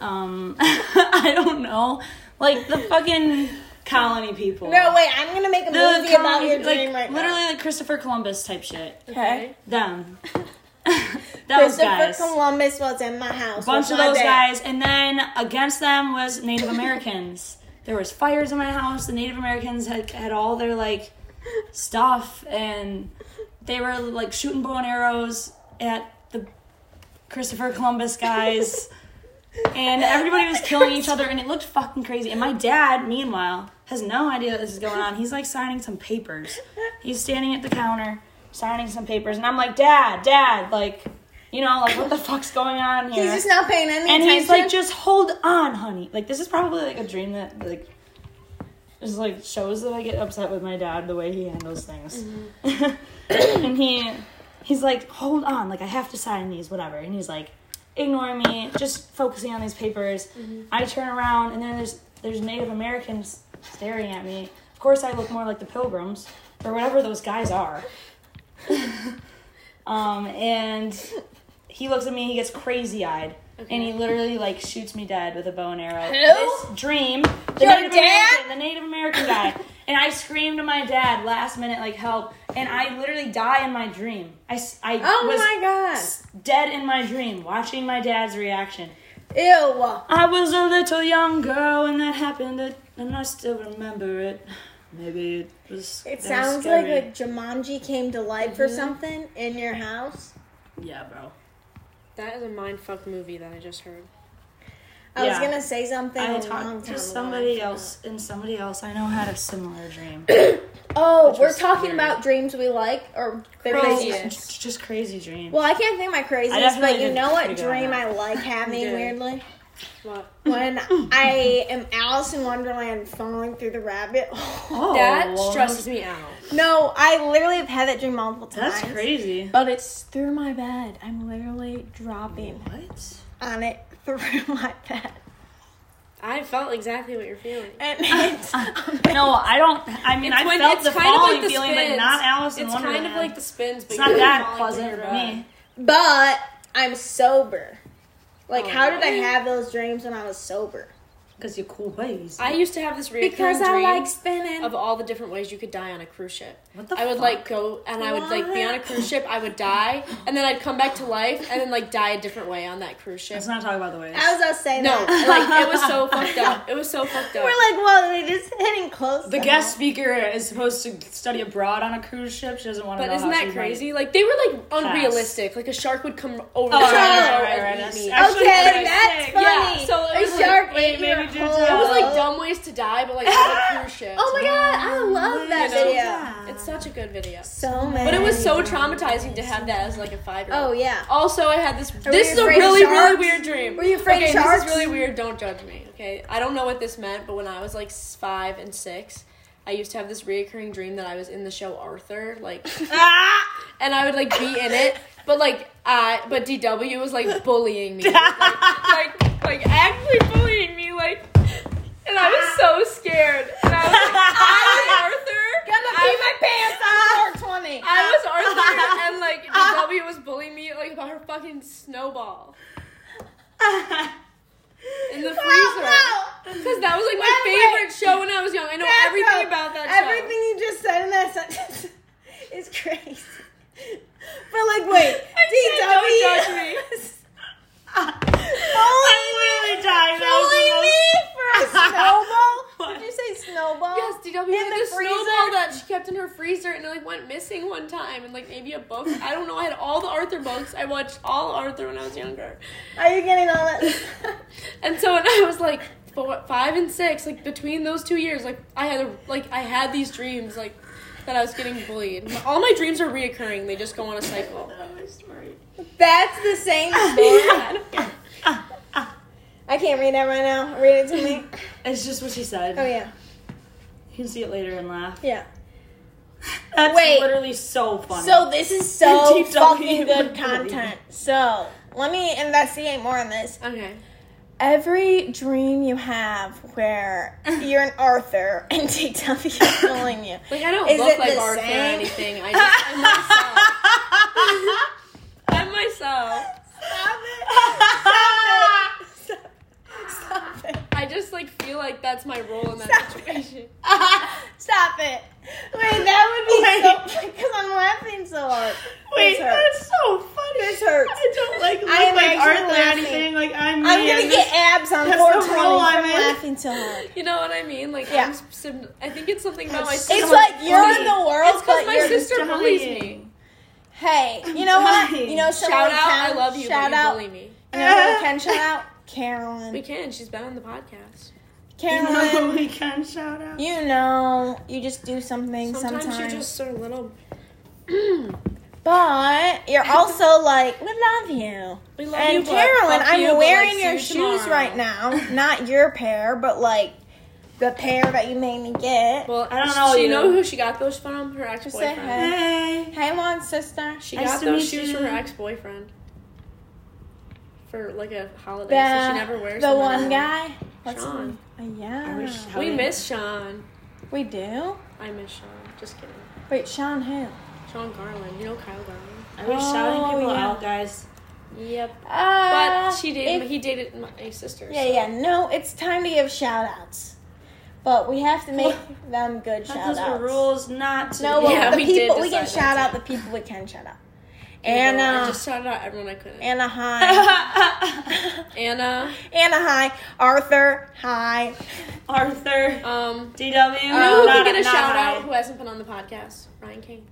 S3: um I don't know like the fucking colony people.
S2: no, wait. I'm gonna make a
S3: The
S2: movie about
S3: colony-
S2: your dream
S3: like,
S2: right
S3: literally like Christopher Columbus type shit.
S2: now. Okay.
S3: Them.
S2: Christopher
S3: Those guys.
S2: Columbus was in my house.
S3: bunch
S2: with
S3: of
S2: my
S3: those
S2: dad.
S3: guys, and then against them was Native Americans. There was fires in my house. The Native Americans had had all their like stuff, and they were like shooting bow and arrows at the Christopher Columbus guys, and everybody was killing each other, and it looked fucking crazy. And my dad, meanwhile, has no idea that this is going on. He's like signing some papers. He's standing at the counter signing some papers, and I'm like, Dad, Dad, like. You know, like what the fuck's going on here?
S2: He's just not paying any
S3: and
S2: attention.
S3: he's like, just hold on, honey. Like this is probably like a dream that like just like shows that I get upset with my dad the way he handles things. and he he's like, hold on, like I have to sign these, whatever. And he's like, ignoring me, just focusing on these papers. I turn around and then there's there's Native Americans staring at me. Of course, I look more like the Pilgrims or whatever those guys are. um, and he looks at me, he gets crazy eyed, and he literally like shoots me dead with a bow and arrow.
S2: Who?
S3: This dream, the
S2: Your
S3: Native
S2: dad?
S3: American, the Native American guy, And I screamed to my dad last minute, like, help. And I literally die in my dream. I, s- I
S1: Oh
S3: was
S1: my god.
S3: s- dead in my dream watching my dad's reaction.
S2: Ew.
S3: I was a little young girl when that happened, it- and I still remember it. Maybe it was.
S2: It
S3: was
S2: sounds like
S3: scary. Mm-hmm.
S2: a Jumanji came to life or something in your house.
S3: Yeah, bro.
S1: That is a mind fuck movie that I just heard.
S2: I was
S3: Yeah.
S2: gonna say something
S3: I
S1: Oh,
S2: a long
S3: talked
S2: time
S3: to
S2: ago.
S3: somebody else, and somebody else I know had a similar dream.
S2: Oh,
S3: which
S2: we're
S3: was
S2: talking
S3: weird.
S2: about dreams we like or
S3: Crazy,
S2: crazy.
S3: just, just crazy dream.
S2: Well, I can't think of my
S3: I
S2: craziest,
S3: definitely
S2: but you
S3: did
S2: know what
S3: figure that
S2: dream I
S3: out.
S2: like having
S1: did.
S2: weirdly?
S1: What?
S2: When I am Alice in Wonderland falling through the rabbit hole.
S3: Oh,
S1: that
S3: well,
S1: stresses me out.
S2: No, I literally have had that dream multiple times.
S3: That's crazy.
S2: But it's through my bed. I'm literally dropping
S3: What?
S2: on it through my bed.
S1: I felt exactly what you're feeling.
S2: And it's
S1: Uh,
S3: No, I don't. I mean,
S1: It's
S3: I
S1: when-
S3: felt
S1: it's
S3: the
S1: kind of
S3: falling
S1: like the
S3: feeling, but
S1: spins.
S3: not Alice in
S1: It's
S3: Wonderland.
S1: kind of like the spins, but
S3: it's not
S1: you're
S3: that
S1: falling
S3: pleasant
S1: through
S3: for me.
S2: but I'm sober. Like
S1: Oh,
S2: how did I have those dreams when I was sober?
S3: Because you're cool ways.
S1: I used to have this reoccurring
S2: Because I
S1: dream
S2: like spinning.
S1: of all the different ways you could die on a cruise ship.
S3: What the
S1: I would
S3: fuck?
S1: like go and I would like be on a cruise ship. I would die and then I'd come back to life and then like die a different way on that cruise ship.
S3: Let's not talk about the ways.
S2: I was just saying
S1: No,
S2: that.
S1: like it was so fucked up. It was so fucked up.
S2: We're like, well, they just hitting close.
S3: The
S2: to
S3: guest speaker is supposed to study abroad on a cruise ship. She doesn't want to.
S1: but
S3: know
S1: isn't
S3: how
S1: that
S3: she might-
S1: crazy? Like they were like unrealistic. Like a shark would come over
S3: Oh,
S1: the
S3: right,
S1: shoulder
S3: right, right, right.
S1: and eat me.
S3: That's-
S2: home.
S3: actually
S2: Okay,
S3: pretty
S2: that's
S3: sick.
S2: funny.
S1: Yeah, so it
S2: a
S1: was like-
S2: shark
S3: wait,
S2: ate
S3: maybe
S2: your
S3: do it
S2: whole-
S3: to-
S1: It was like dumb ways to die, but like on a cruise ship.
S2: Oh my god, I love that
S1: Mm-hmm. You know?
S2: video.
S1: It's such a good video.
S2: So many.
S1: But it was so traumatizing to have that as like a five year
S2: Oh
S1: old.
S2: yeah.
S1: Also, I had this.
S2: Are
S1: this
S2: we
S1: is a
S2: afraid of
S1: really, really
S2: sharks?
S1: weird dream.
S2: Were you afraid
S1: okay,
S2: of sharks?
S1: This is really weird. Don't judge me. Okay, I don't know what this meant, but when I was like s- five and six, I used to have this reoccurring dream that I was in the show Arthur, like,
S2: Ah!
S1: and I would like be in it, but like I, but DW was like bullying me, like, like, like actually bullying me, like, and I was so scared, and I was like, I was Arthur.
S2: Gonna pee my pants on 420.
S1: I was Arthur, and like DW was bullying me like about her fucking snowball in the freezer. Because that was like my
S2: Wait,
S1: favorite show when I was young. I know everything
S2: Jethro,
S1: about that show.
S2: Everything you just said in that sentence is crazy. But like, wait,
S1: Don't judge
S2: DW
S1: me.
S3: I'm literally dying.
S2: bullying me
S3: That
S2: for a snowball? Did you say snowball?
S1: Yes, DW
S2: In
S1: had
S2: the
S1: this
S2: freezer?
S1: snowball that she kept in her freezer and it like went missing one time and like maybe a book. I don't know. I had all the Arthur books. I watched all Arthur when I was younger.
S2: Are you getting all that?
S1: And so when I was like four, five and six, like between those two years, like I had a, like I had these dreams like that I was getting bullied. All my dreams are reoccurring. They just go on a cycle.
S2: That's the same story.
S3: ah,
S2: I can't read that right now. Read it to me.
S3: the It's just what she said.
S2: Oh yeah,
S3: You can see it later and laugh.
S2: yeah.
S3: That's
S2: Wait.
S3: literally so funny.
S2: So this is so
S3: DW
S2: fucking good
S3: would
S2: content. So let me investigate more on this.
S1: Okay.
S2: Every dream you have where you're an Arthur and DW is killing you.
S1: Like I don't
S2: Is
S1: look
S2: it
S1: like
S2: the
S1: Arthur or
S2: same?
S1: anything. I just I'm myself. I'm myself.
S2: Stop it! Stop it! Stop it!
S1: I just like feel like that's my role in that situation.
S2: Stop it! Wait, that would be so because I'm laughing so hard.
S3: wait,
S2: this hurts.
S3: that's so funny.
S2: This hurts.
S3: I don't like look
S2: I am
S3: like
S2: actually
S3: Arthur or
S2: laughing.
S3: anything. Like I'm.
S2: I'm
S3: me,
S2: gonna
S3: I'm
S2: get abs on
S3: that's the
S2: 420
S3: role I'm
S2: from
S3: in.
S2: laughing so hard.
S1: You know what I mean? Like
S2: Yeah.
S1: I'm sim- I think it's something about my sister.
S2: It's like you're
S3: funny.
S2: in the world,
S1: because
S2: but
S1: my
S2: you're
S1: sister
S3: dying.
S1: bullies me.
S2: Hey, you know what?
S3: dying.
S2: You know someone
S1: Shout out,
S2: can
S1: I love you.
S2: Shout
S1: but you
S2: out,
S1: bully me.
S2: you know who can shout out Carolyn.
S1: We can. She's been on the podcast.
S3: You know,
S2: Carolyn,
S3: we can shout out.
S2: you know, you just do something sometimes.
S1: Sometimes, you just are a little.
S2: But you're also like, we love you.
S1: We love you,
S2: And
S1: but
S2: Carolyn,
S1: fuck
S2: I'm
S1: you, but, like,
S2: wearing
S1: see
S2: your
S1: you
S2: shoes
S1: tomorrow.
S2: right now. Not your pair, but like the pair that you made me get.
S1: Well,
S3: I don't know
S1: She
S3: you.
S1: know who she got those from? Her ex
S2: Just say
S1: boyfriend.
S2: hey.
S3: Hey.
S2: Hey, long sister.
S1: She
S3: Nice
S1: got
S3: to
S1: those
S3: meet
S1: shoes
S3: you.
S1: from her ex boyfriend for like a holiday, so
S2: The,
S1: she never wears
S2: the
S1: them
S2: one
S1: anymore.
S2: guy. What's his
S1: Sean.
S2: name? Uh,
S3: Oh.
S2: yeah.
S1: We miss Sean.
S2: We do?
S1: I miss Sean. Just kidding.
S2: Wait, Sean who?
S1: Sean Garland. You know Kyle Garland.
S3: I was shouting people
S2: Oh, yeah.
S3: out, guys.
S1: Yep.
S2: Uh,
S1: But she dated.
S2: if-
S1: he dated my sister.
S2: Yeah,
S1: so-
S2: yeah. No, it's time to give shout outs. But we have to make them good shout
S3: Those were
S2: outs.
S3: rules not to.
S2: No, well,
S1: Yeah,
S2: the
S1: we did
S2: people we can
S1: decide
S2: shout out the people we can shout out.
S1: I
S2: Anna,
S1: just shouted out everyone I could.
S2: Anna hi,
S1: Anna,
S2: Anna hi, Arthur hi.
S3: Arthur,
S1: um,
S3: DW.
S2: Uh,
S1: you know who can
S3: not-
S1: get a
S3: not
S1: shout
S3: I.
S1: out who hasn't been on the podcast? Ryan King.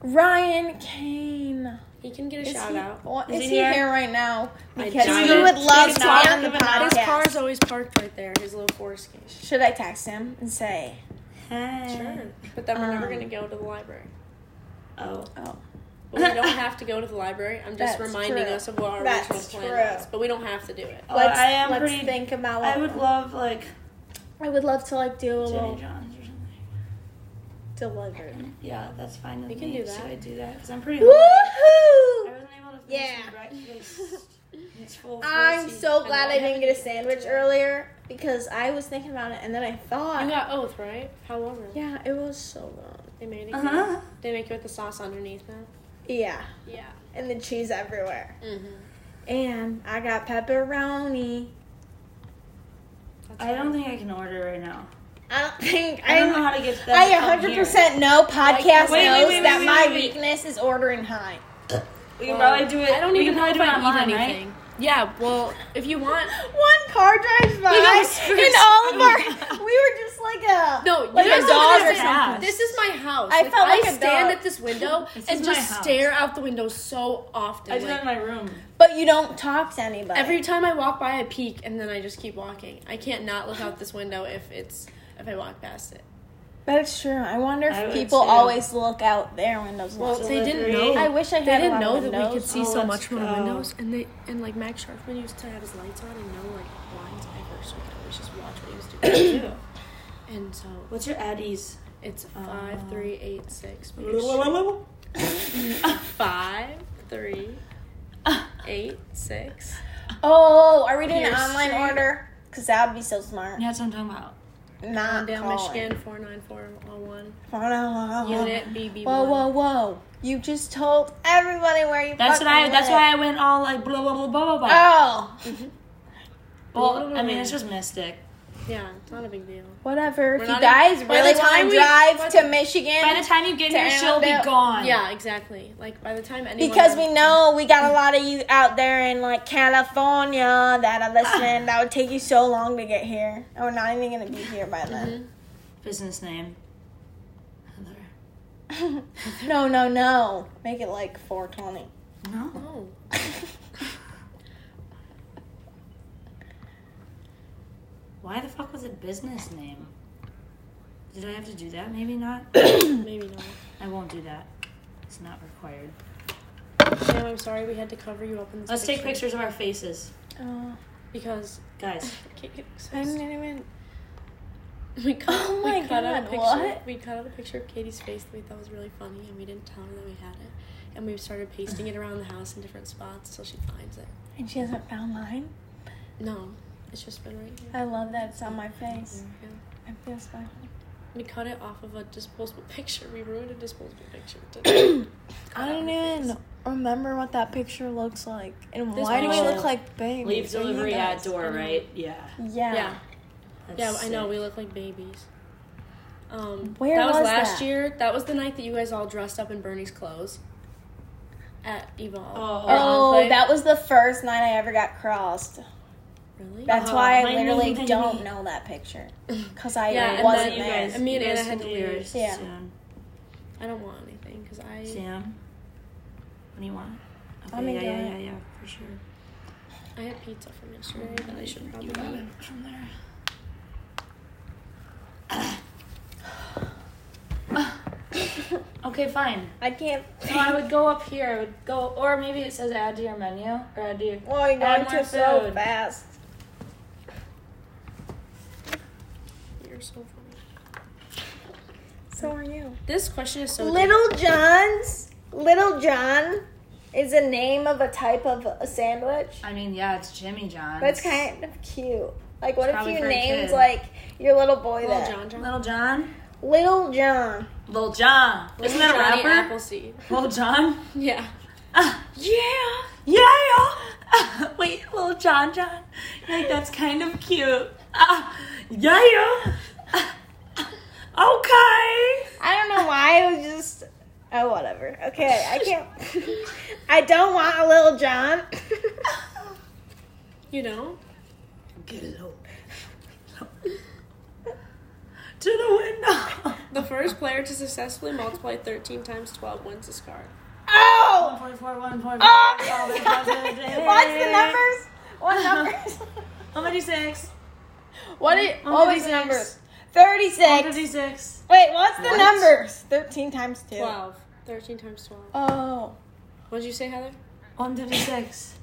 S2: Ryan Kane.
S1: He can get a
S2: Is
S1: shout
S2: he,
S1: out.
S2: well,
S3: Is
S2: is
S3: he
S2: he,
S3: here?
S2: here? right now? Because
S3: doubt
S2: he
S3: it.
S2: would love
S3: He's
S2: to be
S3: not
S2: on the
S3: even on
S2: podcast.
S3: his
S1: His car is always parked right there. His little foreskin.
S2: Should I text him and say,
S3: Hey.
S1: But then we're never
S2: Um,
S1: gonna go to the library.
S3: Oh.
S1: But we don't have to go to the library. I'm just
S2: That's
S1: reminding
S2: true.
S1: us of what our
S2: That's
S1: original plan
S2: true.
S1: was. But we don't have to do it.
S3: Oh,
S2: let's,
S3: I am
S2: let's
S3: pretty.
S2: think about what
S3: I would love like
S2: I would love to like do a
S3: Jenny
S2: little
S3: Johns or something.
S2: delivered.
S3: Yeah, that's fine. with
S1: We can
S3: me,
S1: do
S3: so
S1: that.
S3: I do that because I'm pretty. hungry. I
S2: Woohoo!
S3: wasn't able to finish
S2: Yeah.
S3: my breakfast. It's full.
S2: I'm
S3: full
S2: so
S3: seat.
S2: glad I didn't get a sandwich earlier because I was thinking about it and then I
S1: You
S2: thought,
S1: got oath, right? However,
S2: yeah, it was so long.
S1: they made it.
S3: Uh-huh.
S1: They make it with the sauce underneath now.
S2: Yeah,
S1: Yeah.
S2: and the cheese everywhere.
S1: Mm-hmm.
S2: And I got pepperoni.
S3: I don't think I can order right now.
S2: I don't think
S3: I don't know
S2: I.
S3: how to get that.
S2: I
S3: from
S2: 100 percent know podcast
S3: Wait, wait,
S2: knows
S3: wait,
S2: that
S3: wait,
S2: my
S3: wait, wait.
S2: weakness is ordering high.
S3: here. We can probably do it.
S1: I don't
S3: we
S1: even
S3: can probably
S1: know if
S3: do
S1: I
S3: it online,
S1: need
S3: right?
S1: anything. Yeah. Well, if you want,
S2: One car drives by, and all of our we were just like a
S1: no.
S2: like
S1: you
S2: a
S1: guys
S2: dog or
S1: understand.
S2: something.
S1: This is my house.
S2: I
S1: Like,
S2: felt like
S1: I
S2: a
S1: stand
S2: dog.
S1: at this window
S3: This
S1: and
S3: is my
S1: just
S3: house.
S1: stare out the window so often.
S3: I do
S1: like,
S3: that in my room.
S2: But you don't talk to anybody.
S1: Every time I walk by, I peek and then I just keep walking. I can't not look out this window if it's if I walk past it.
S2: That's true. I wonder if
S3: I would
S2: people
S3: too.
S2: always look out their windows. and
S1: Well,
S2: stuff.
S1: they didn't
S3: Delivery.
S1: know.
S2: I wish I
S1: they
S2: had a
S1: didn't
S2: lot
S1: know
S2: of
S1: that we could
S2: windows.
S1: see
S3: Oh,
S1: so
S3: let's
S1: much from
S3: go.
S1: the windows, and they and like Max Sharpman used to have his lights on and no like blinds ever, so we could always just watch what he was doing. too. and so
S3: What's your Addie's?
S1: it's five, three, eight, six. We could shoot
S3: Wait,
S1: Five, three, eight, six.
S2: Oh, are we doing an
S1: You're
S2: online
S1: straight.
S2: order? Because that would be so smart.
S3: that's what I'm talking about.
S2: Not
S1: Down
S2: calling.
S1: Michigan, four nine four oh one.
S2: Whoa, whoa, whoa.
S1: Unit BB
S2: oh
S1: one.
S2: Whoa, whoa, whoa! You just told everybody where you.
S3: That's what
S2: fucking
S3: I. That's
S2: live.
S3: why I went all like blah blah blah blah blah blah.
S2: Oh,
S3: Well, I mean it's just mystic.
S1: Yeah, it's not a big deal.
S2: whatever. If
S1: We're
S2: you
S1: not
S2: guys
S1: even- by the
S2: really
S1: time
S2: want to
S1: we-
S2: drive
S1: by
S2: to
S1: the-
S2: Michigan,
S3: By the time you get here, she'll be
S2: Down.
S3: gone.
S1: Yeah, exactly. Like by the time anyone
S2: because we know we got a lot of you out there in like California that are listening. that would take you so long to get here, and we're not even gonna be here by then.
S3: Business name. Heather.
S2: No, no, no. Make it like 420.
S3: No.
S1: Oh.
S3: Why the fuck was it business name? Did I have to do that? Maybe not.
S1: Maybe not.
S3: I won't do that. It's not required.
S1: Sam, I'm sorry we had to cover you up in this.
S3: Let's take
S1: picture.
S3: pictures of our faces,
S2: Oh,
S1: because
S3: guys.
S2: I didn't even.
S1: we cut,
S2: Oh
S1: we
S2: my
S1: cut out a
S2: God,
S1: picture.
S2: what?
S1: We cut out a picture of Katie's face that we thought was really funny, and we didn't tell her that we had it. And we started pasting it around the house in different spots till she finds it.
S2: And she hasn't found mine.
S1: No, it's just been right here.
S2: I love that it's on my face.
S1: Yeah.
S2: I feel special.
S1: We cut it off of a disposable picture. We ruined a disposable picture. today.
S2: I don't even remember what that picture looks like. And
S1: This
S2: why do we
S3: picture-
S2: look like babies?
S3: Leave
S2: Are you
S3: delivery at
S2: guys-
S3: door, right? Yeah.
S2: Yeah.
S1: yeah,
S3: That's
S1: yeah. I know
S3: sick.
S1: we look like babies. Um,
S2: Where
S1: that was,
S2: was
S1: last
S2: that?
S1: year. That was the night that you guys all dressed up in Bernie's clothes at Evolve.
S3: Oh.
S1: Or
S2: Oh,
S1: Enclave.
S2: that was the first night I ever got crossed.
S1: really?
S2: That's
S3: Oh,
S2: why
S3: my
S2: I literally
S3: knee, my
S2: don't
S3: knee.
S2: know that picture. Because I
S1: Yeah, and
S2: wasn't
S1: then
S3: you
S2: there.
S3: guys.
S1: And me and
S3: you guys
S1: Anna had
S3: can
S1: to
S3: do
S1: leave.
S3: yours
S2: Yeah.
S3: soon.
S1: I don't want anything because I.
S3: Sam. What do you want? Okay,
S2: Let me
S3: yeah,
S2: do
S3: yeah,
S2: it.
S3: yeah, yeah, for sure. Mm-hmm.
S1: I had pizza from yesterday that I should probably
S3: Got
S1: eat.
S3: it from there. okay, fine.
S2: I can't.
S3: So I would go up here. I would go, or maybe it says add to your menu or add to your.
S2: Well, you're
S3: Add
S2: going
S3: more
S2: too so
S3: food.
S2: fast.
S1: You're so funny.
S2: So are you.
S1: This question is so.
S2: Little John's. Little John is a name of a type of a sandwich.
S3: I mean, yeah, it's Jimmy John's.
S2: That's kind of cute. Like, what if
S3: Probably
S2: you
S3: for a
S2: named
S3: kid.
S2: like your little boy
S1: Little
S2: that?
S1: John John.
S3: Little John.
S2: Little John.
S3: Little John. Isn't that a
S1: Johnny
S3: rapper?
S1: Appleseed.
S3: Little John.
S1: Yeah.
S3: Ah, yeah, Uh, yeah. Wait, little John John. You're like that's kind of cute. Ah, Uh, yeah. Okay.
S2: I don't know why it was just. Oh, whatever. Okay, I can't. I don't want a little John.
S1: You know?
S3: Get low. to the
S2: Uh,
S3: window.
S1: The first player to successfully multiply 13 times 12 wins this card.
S2: oh!
S3: 1.41, 1.41,
S2: Oh!
S3: 1.41.
S2: What's the numbers? What numbers?
S3: How many six?
S2: What are,
S3: How
S2: what
S3: many
S2: was the
S3: six?
S2: numbers? 36.
S3: 56.
S2: Wait, what's the numbers? 13 times 2.
S1: 12. 13 times 12.
S2: Oh.
S1: What did you say, Heather?
S3: 156.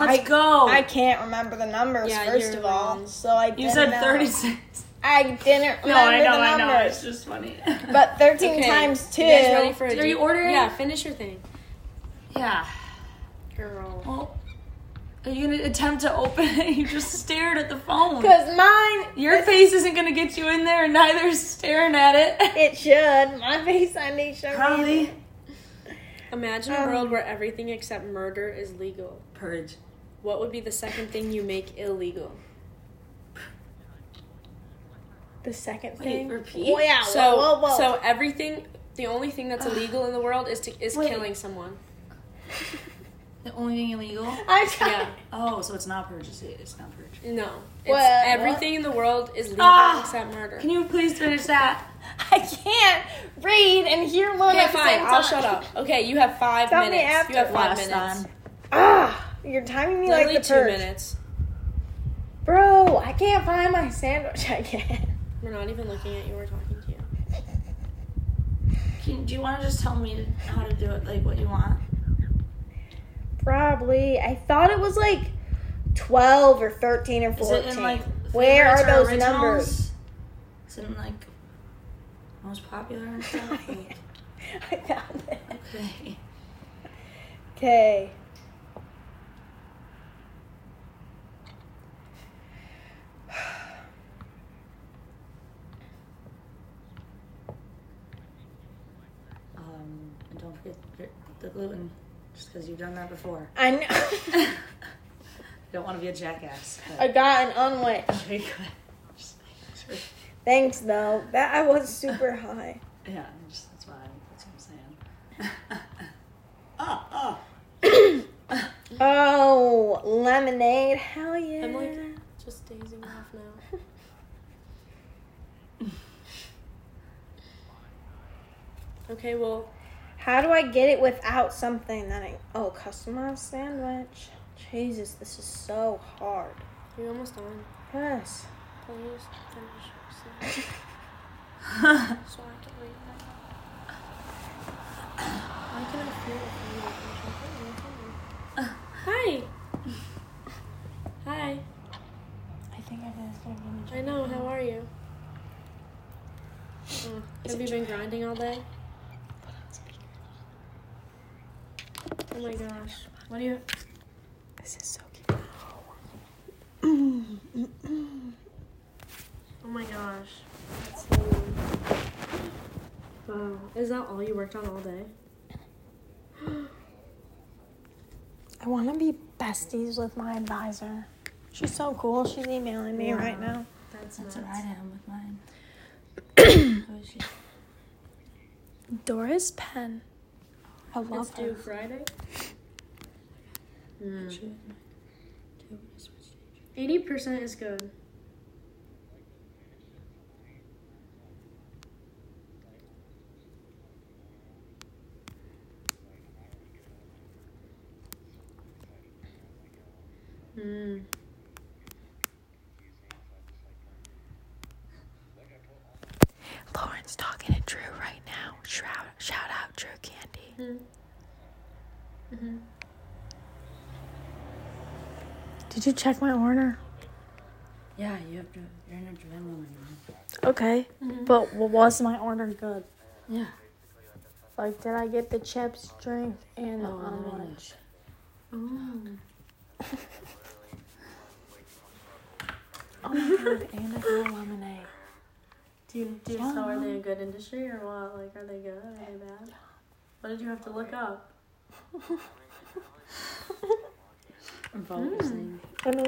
S3: Let's
S2: I-
S3: go.
S2: I can't remember the numbers,
S1: Yeah,
S2: first
S1: you're
S2: of all. So I didn't
S3: you said
S2: know.
S3: 36.
S2: I didn't remember
S3: No, I know,
S2: the
S3: I know. It's
S2: numbers.
S3: just funny.
S2: But 13
S1: Okay,
S2: times 2.
S1: You guys ready for a
S3: Are you
S1: deep-
S3: ordering?
S1: Yeah, finish your thing.
S3: yeah.
S1: Girl.
S3: Well, are you gonna attempt to open it? You just stared at the phone.
S2: Because mine,
S3: Your face isn't gonna get you in there, and neither is staring at it.
S2: it should. My face, I need show
S3: Probably
S1: Imagine
S2: Um,
S1: a world where everything except murder is legal.
S3: purge.
S1: What would be the second thing you make illegal?
S2: The second
S3: Wait,
S2: thing.
S3: repeat.
S2: Well, Oh, yeah,
S1: So,
S2: Ah, whoa, whoa, Ah. whoa.
S1: so everything. The only thing that's illegal in the world is to is killing someone.
S3: The only thing illegal.
S2: I'm trying.
S1: Yeah.
S3: Oh, so it's not purge. It's, it's not purge.
S1: No. It's
S2: Well,
S1: everything in the world is legal
S3: Ah!
S1: except murder.
S3: Can you please finish that?
S2: I can't read and hear one
S1: okay,
S2: at the
S1: fine.
S2: same
S1: I'll
S2: time.
S1: shut up. Okay, you have five
S2: Tell me
S1: minutes.
S2: after.
S1: you have five
S3: Last
S1: minutes.
S3: time.
S2: Ah, you're timing me
S1: Literally
S2: like the
S1: two
S2: purge.
S1: minutes.
S2: Bro, I can't find my sandwich again.
S1: We're not even looking at you. We're talking to you.
S3: Can, do you want to just tell me how to do it, like what you want?
S2: Probably. I thought it was like 12 or 13 or
S3: Is
S2: 14.
S3: it in like
S2: Where are
S3: favorites or
S2: those
S3: originals?
S2: numbers?
S3: Is it in like most popular and stuff? Like,
S2: I found it.
S3: okay.
S2: Okay.
S3: Um, and don't forget the gluten, just because you've done that before.
S2: I know.
S3: you don't want to be a jackass.
S2: I got an unwitch.
S3: but- Just- sure.
S2: Thanks though. That I was super high.
S3: yeah, I'm just, that's why. That's what I'm saying. oh, oh.
S2: Oh, lemonade. Hell yeah.
S1: I'm like just dazing off now. okay, well,
S2: How do I get it without something that I Oh, customized sandwich. Jesus, this is so hard.
S1: you're almost done.
S2: Yes.
S1: Please finish. So, so I can read that. Why can I feel it from your attention? Hi. Hi.
S2: I think I missed
S1: I know. How are you? Oh, have you been grinding all day? Oh my gosh. What do you?
S2: This is so cute.
S1: Oh my gosh. Wow. Is that all you worked on all day?
S2: I want to be besties with my advisor. She's so cool. She's emailing me right now.
S1: That's,
S3: That's
S1: nuts.
S3: what I am with mine. Who is she?
S2: Doris Penn. I love
S1: It's due Friday.
S3: Hmm.
S1: Eighty percent is good. Mm.
S2: Lauren's talking to Drew right now. Shout, shout out Drew Candy. Did you check my order?
S3: Yeah, you have to. You're in a dilemma right
S2: Okay, but w- was my order good?
S3: now. Mm-hmm. Yeah.
S2: Like, did I get the chips, drink, and the
S3: Oh,
S2: omelet? Oh my god, and I got lemonade.
S1: Do you, do you, so are they a good industry or what? Like, are they good? Are they bad? What did you have to look up?
S3: Hmm. Involved with his name.
S2: Hello.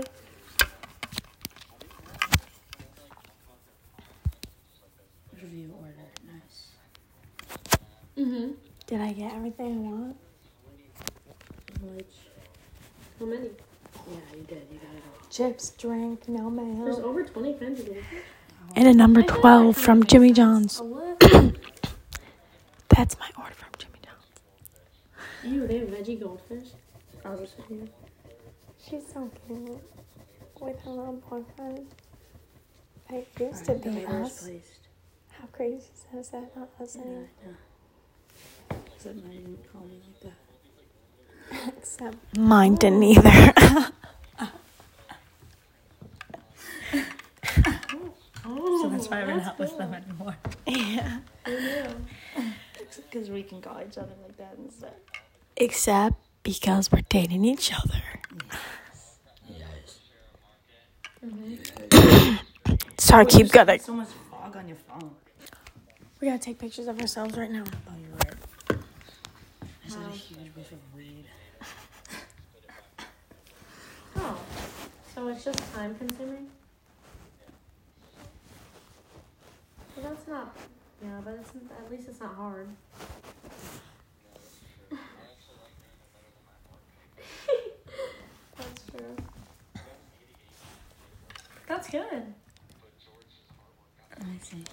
S1: Mm-hmm.
S2: Did I get everything I want?
S7: Which, how many? Yeah, you did. You got it all.
S2: Chips, drink, no
S7: There's
S2: mail.
S7: over 20 friends in here.
S2: And a number 12 from Jimmy John's. That's my order from Jimmy John's.
S7: Ew, they have veggie goldfish. I was just saying.
S5: She's so cute. With her little boyfriend. That used to be us.
S7: placed.
S5: How crazy is that? Not us anymore.
S7: uh, Except mine didn't call me like that.
S5: Except
S2: Mine didn't either.
S3: So Oh, that's why we're not with them anymore.
S2: yeah.
S3: Because we can call each other like that instead.
S2: Except because we're dating each other. Mm-hmm. Sorry, keep going.
S3: So much fog on your phone.
S2: We gotta take pictures of ourselves right now.
S3: Oh, you're right. I said a huge whiff of weed.
S7: Oh, so it's just time consuming? Well, that's not. Yeah, but it's, at least it's not hard. that's true. That's good.
S3: Let me see.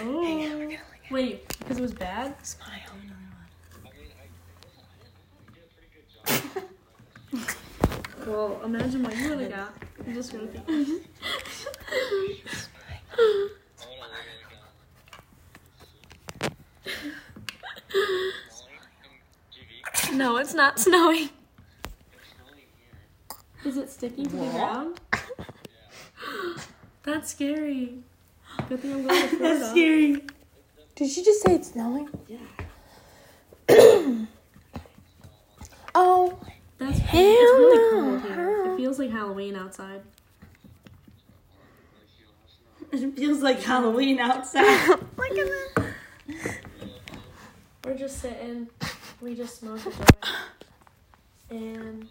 S7: Oh. Wait, because it was bad?
S2: Smile.
S7: Well, imagine what you would have got. I'm just gonna be. no, it's not snowing. Is it sticking to the ground? That's scary. Good thing I'm going to Florida. That's scary.
S2: Did she just say it's snowing? Yeah. oh,
S7: That's
S2: hell
S7: it's really
S2: no.
S7: cold here. It feels like Halloween outside.
S3: It feels like Halloween outside.
S7: We're just sitting. We just smoke a joint. And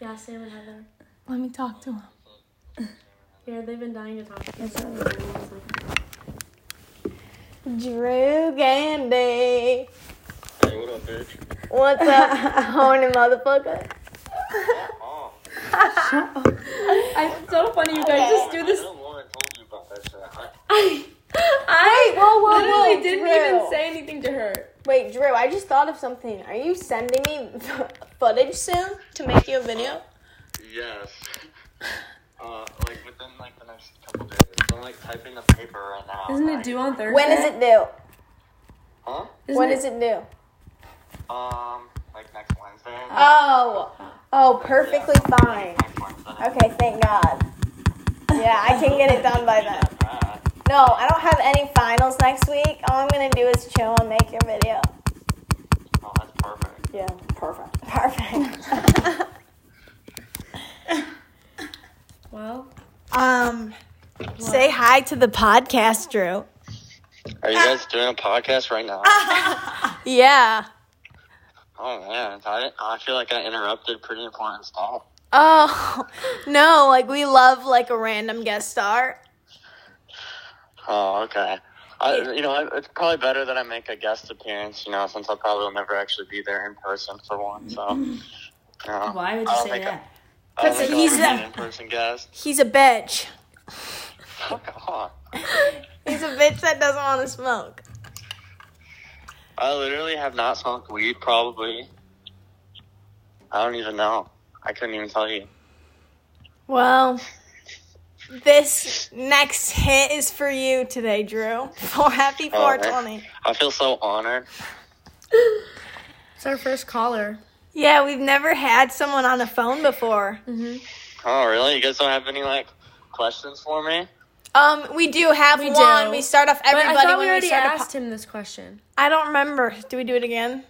S7: yeah, Sam and Heather.
S2: Let me talk to him.
S7: Yeah, they've been dying to talk to us.
S2: Drew Gandy.
S10: Hey, what up, bitch?
S2: What's up, horny motherfucker?
S10: Oh,
S7: It's so funny, you guys just do
S10: I know Lauren told you about that shit. I,
S7: I
S2: Whoa, whoa,
S7: literally
S2: whoa,
S7: didn't
S2: Drew.
S7: even say anything to her.
S2: Wait, Drew, I just thought of something. Are you sending me footage soon to make you a video?
S10: yes. Uh, like within like the next couple days. I'm like typing a paper right now.
S7: Isn't
S10: Like,
S7: it due on Thursday?
S2: When is it due?
S10: Huh?
S2: When is it due?
S10: Um, like next Wednesday.
S7: Uh,
S2: Oh, oh, perfectly fine.
S10: Next Wednesday.
S2: Okay, thank God. Yeah, I can get it done by then.
S10: Uh,
S2: No, I don't have any finals next week. All I'm gonna do is chill and make your video.
S10: oh, that's perfect.
S2: Yeah, perfect. Perfect.
S7: Well,
S2: um, say hi to the podcast, Drew.
S10: Are you guys doing a podcast right now?
S7: Uh-huh.
S2: Yeah.
S10: Oh man, I, I feel like I interrupted pretty important stuff.
S2: Oh no, like we love like a random guest star.
S10: Oh, okay. I, you know, I, it's probably better that I make a guest appearance. You know, since I probably will never actually be there in person for one. So,
S7: Mm-hmm.
S10: you know,
S3: Why would you
S10: I'll
S3: say
S10: make a-
S3: that?
S10: I'll
S2: Because
S10: make
S2: he's
S10: an
S2: a-
S10: in-person guest.
S2: He's a bitch.
S10: Fuck off.
S2: He's a bitch that doesn't want to smoke.
S10: I literally have not smoked weed probably. I don't even know. I couldn't even tell you.
S2: Well, this next hit is for you today, Drew. For happy
S10: Oh,
S2: 420.
S10: I feel so honored.
S7: it's our first caller.
S2: Yeah, we've never had someone on the phone before.
S10: Oh, really? You guys don't have any like questions for me?
S2: Um, we do have
S7: We
S2: one.
S7: do.
S2: We start off
S1: But
S2: everybody
S1: I thought
S2: when
S1: we already
S2: start a po-
S1: asked him this question.
S2: I don't remember. Do we do it again?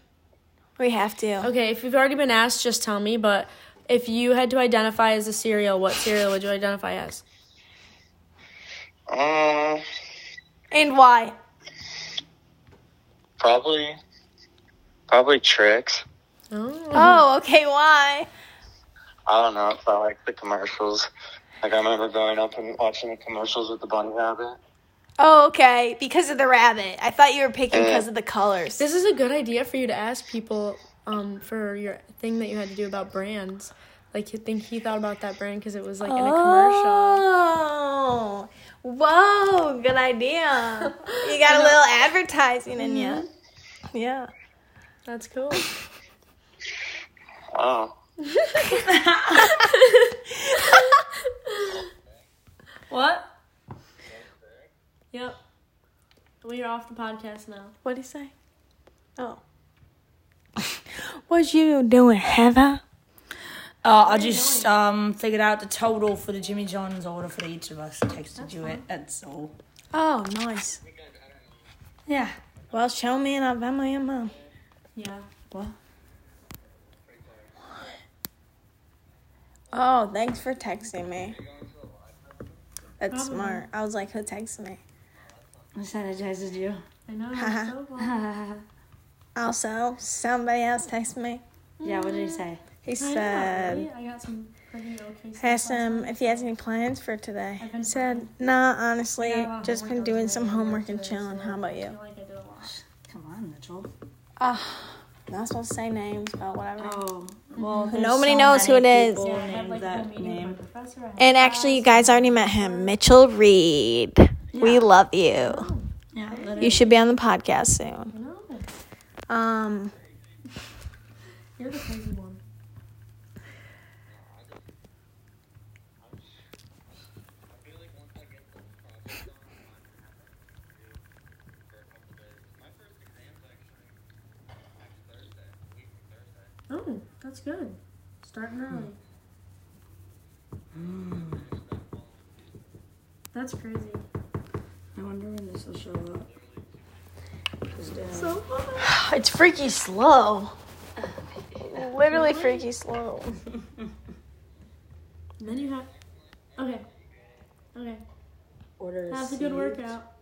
S2: We have to.
S1: Okay, if you've already been asked, just tell me. But if you had to identify as a cereal, what cereal would you identify as?
S10: Um,
S2: And why?
S10: probably, probably tricks.
S1: Oh,
S2: Oh, okay. Why?
S10: I don't know. It's not like the commercials. Like I remember growing up and watching the commercials with the bunny rabbit.
S2: Oh, okay. Because of the rabbit. I thought you were picking because of the colors.
S1: This is a good idea for you to ask people um, for your thing that you had to do about brands. Like, you think he thought about that brand because it was like in a commercial.
S2: Oh, whoa! Good idea. You got a little advertising in you. Yeah.
S1: That's cool.
S10: Oh.
S3: What?
S1: Yep. We are off the podcast now.
S2: What'd he say? Oh. what you doing, Heather?
S3: Uh, I just um, figured out the total for the Jimmy John's order for each of us. Texted you it. That's all.
S2: Oh, nice.
S3: Yeah.
S2: Well, show me and I'll buy my own mom.
S3: Yeah.
S2: Oh, thanks for texting me. That's smart. I was like, who texted me?
S3: I sanitizes you.
S1: I know.
S2: it's so Also, somebody else texted me.
S3: yeah. What did he say?
S2: He said,
S1: I got some pretty okay stuff.
S2: asked him if he has any plans for today. He said, nah, honestly, just been doing some homework and chilling. How about you?
S1: Like I did a lot.
S3: Come on, Mitchell.
S2: Ah, not supposed to say names, but whatever.
S3: Oh. Well. there's
S2: Mm-hmm. Nobody
S3: so
S2: knows who it
S3: many
S2: is.
S3: people
S1: Yeah, I had
S3: named
S1: like a
S3: that
S1: meeting
S3: name.
S1: with my professor. I had
S2: And actually, you guys already met him, Mitchell Reed. We love you.
S3: Yeah.
S2: You should be on the podcast soon. Um,
S1: You're the crazy one. Oh, that's good. Starting early.
S3: Hmm.
S1: That's crazy.
S3: I wonder when this will show up.
S1: So fun.
S2: it's freaky slow. Literally freaky slow.
S1: Then you have. Okay. Okay.
S3: Order.
S1: Have a good workout.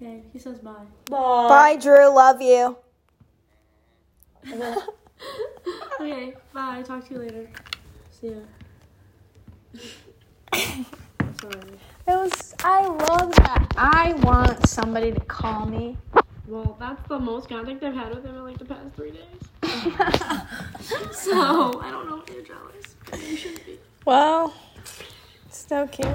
S1: Okay, he says bye.
S2: Bye, Drew. Love you.
S1: Okay, bye. Talk to you later. See ya. Sorry.
S2: It was. I love that. I want somebody to call me.
S1: Well, that's the most contact I've had with him in like the past three days. so I don't know if they're jealous. You shouldn't be.
S2: Well, so cute.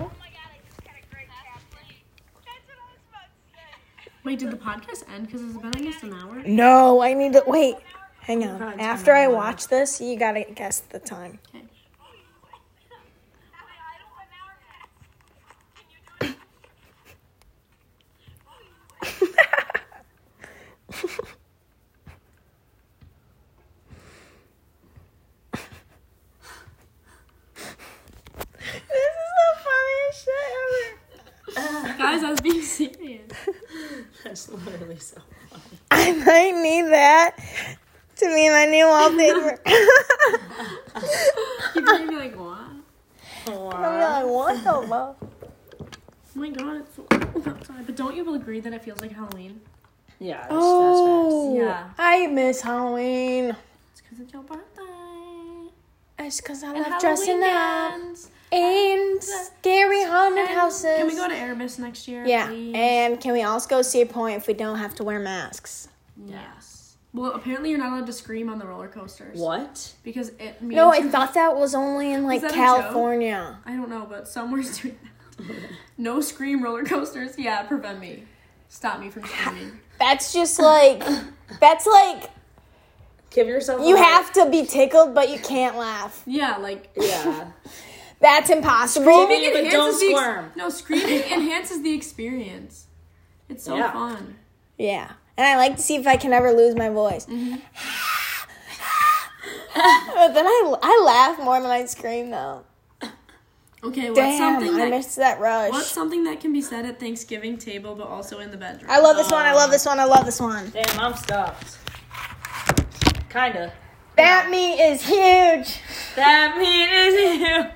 S1: Wait, did the podcast end? Because it's been I guess an hour.
S2: No, I need to wait. Hang on. After I watch this, you gotta guess the time. this is the funniest shit ever.
S1: Guys, I was being serious.
S3: That's literally so.
S2: I might need that to be my new wallpaper.
S1: People are gonna be like, what?
S2: I'll be like, what the fuck?
S1: Oh my god, it's so cold outside. But don't you agree that it feels like Halloween?
S3: Yeah. That's,
S2: Oh,
S3: that's fast.
S2: I miss Halloween.
S1: It's because it's your birthday.
S2: It's because I
S1: And
S2: love dressing
S1: Halloween
S2: up
S1: ends.
S2: in scary haunted
S1: And
S2: houses.
S1: Can we go to Aramis next year?
S2: Yeah,
S1: please?
S2: and can we also go see a point if we don't have to wear masks?
S1: yes. Well, apparently you're not allowed to scream on the roller coasters.
S3: What?
S1: Because it means.
S2: No, I thought that was only in like
S1: that a
S2: California.
S1: I don't know, but somewhere's doing that. no scream roller coasters. Yeah, prevent me. Stop me from screaming.
S2: That's just like, that's like
S3: Give yourself.
S2: you have to be tickled, but you can't laugh.
S1: yeah, like.
S3: Yeah.
S2: That's impossible.
S3: Screaming but don't
S1: enhances the ex-
S3: squirm.
S1: no, screaming enhances the experience. It's so
S3: Yeah.
S1: fun.
S2: Yeah. And I like to see if I can ever lose my voice. but then I, I laugh more than I scream, though.
S1: Okay, what's
S2: Damn,
S1: something
S2: I
S1: that
S2: missed that rush.
S1: what's something that can be said at Thanksgiving table but also in the bedroom?
S2: I love this one. I love this one. I love this one.
S3: Damn, I'm stuffed. Kinda.
S2: That meat is huge.
S3: That meat is huge.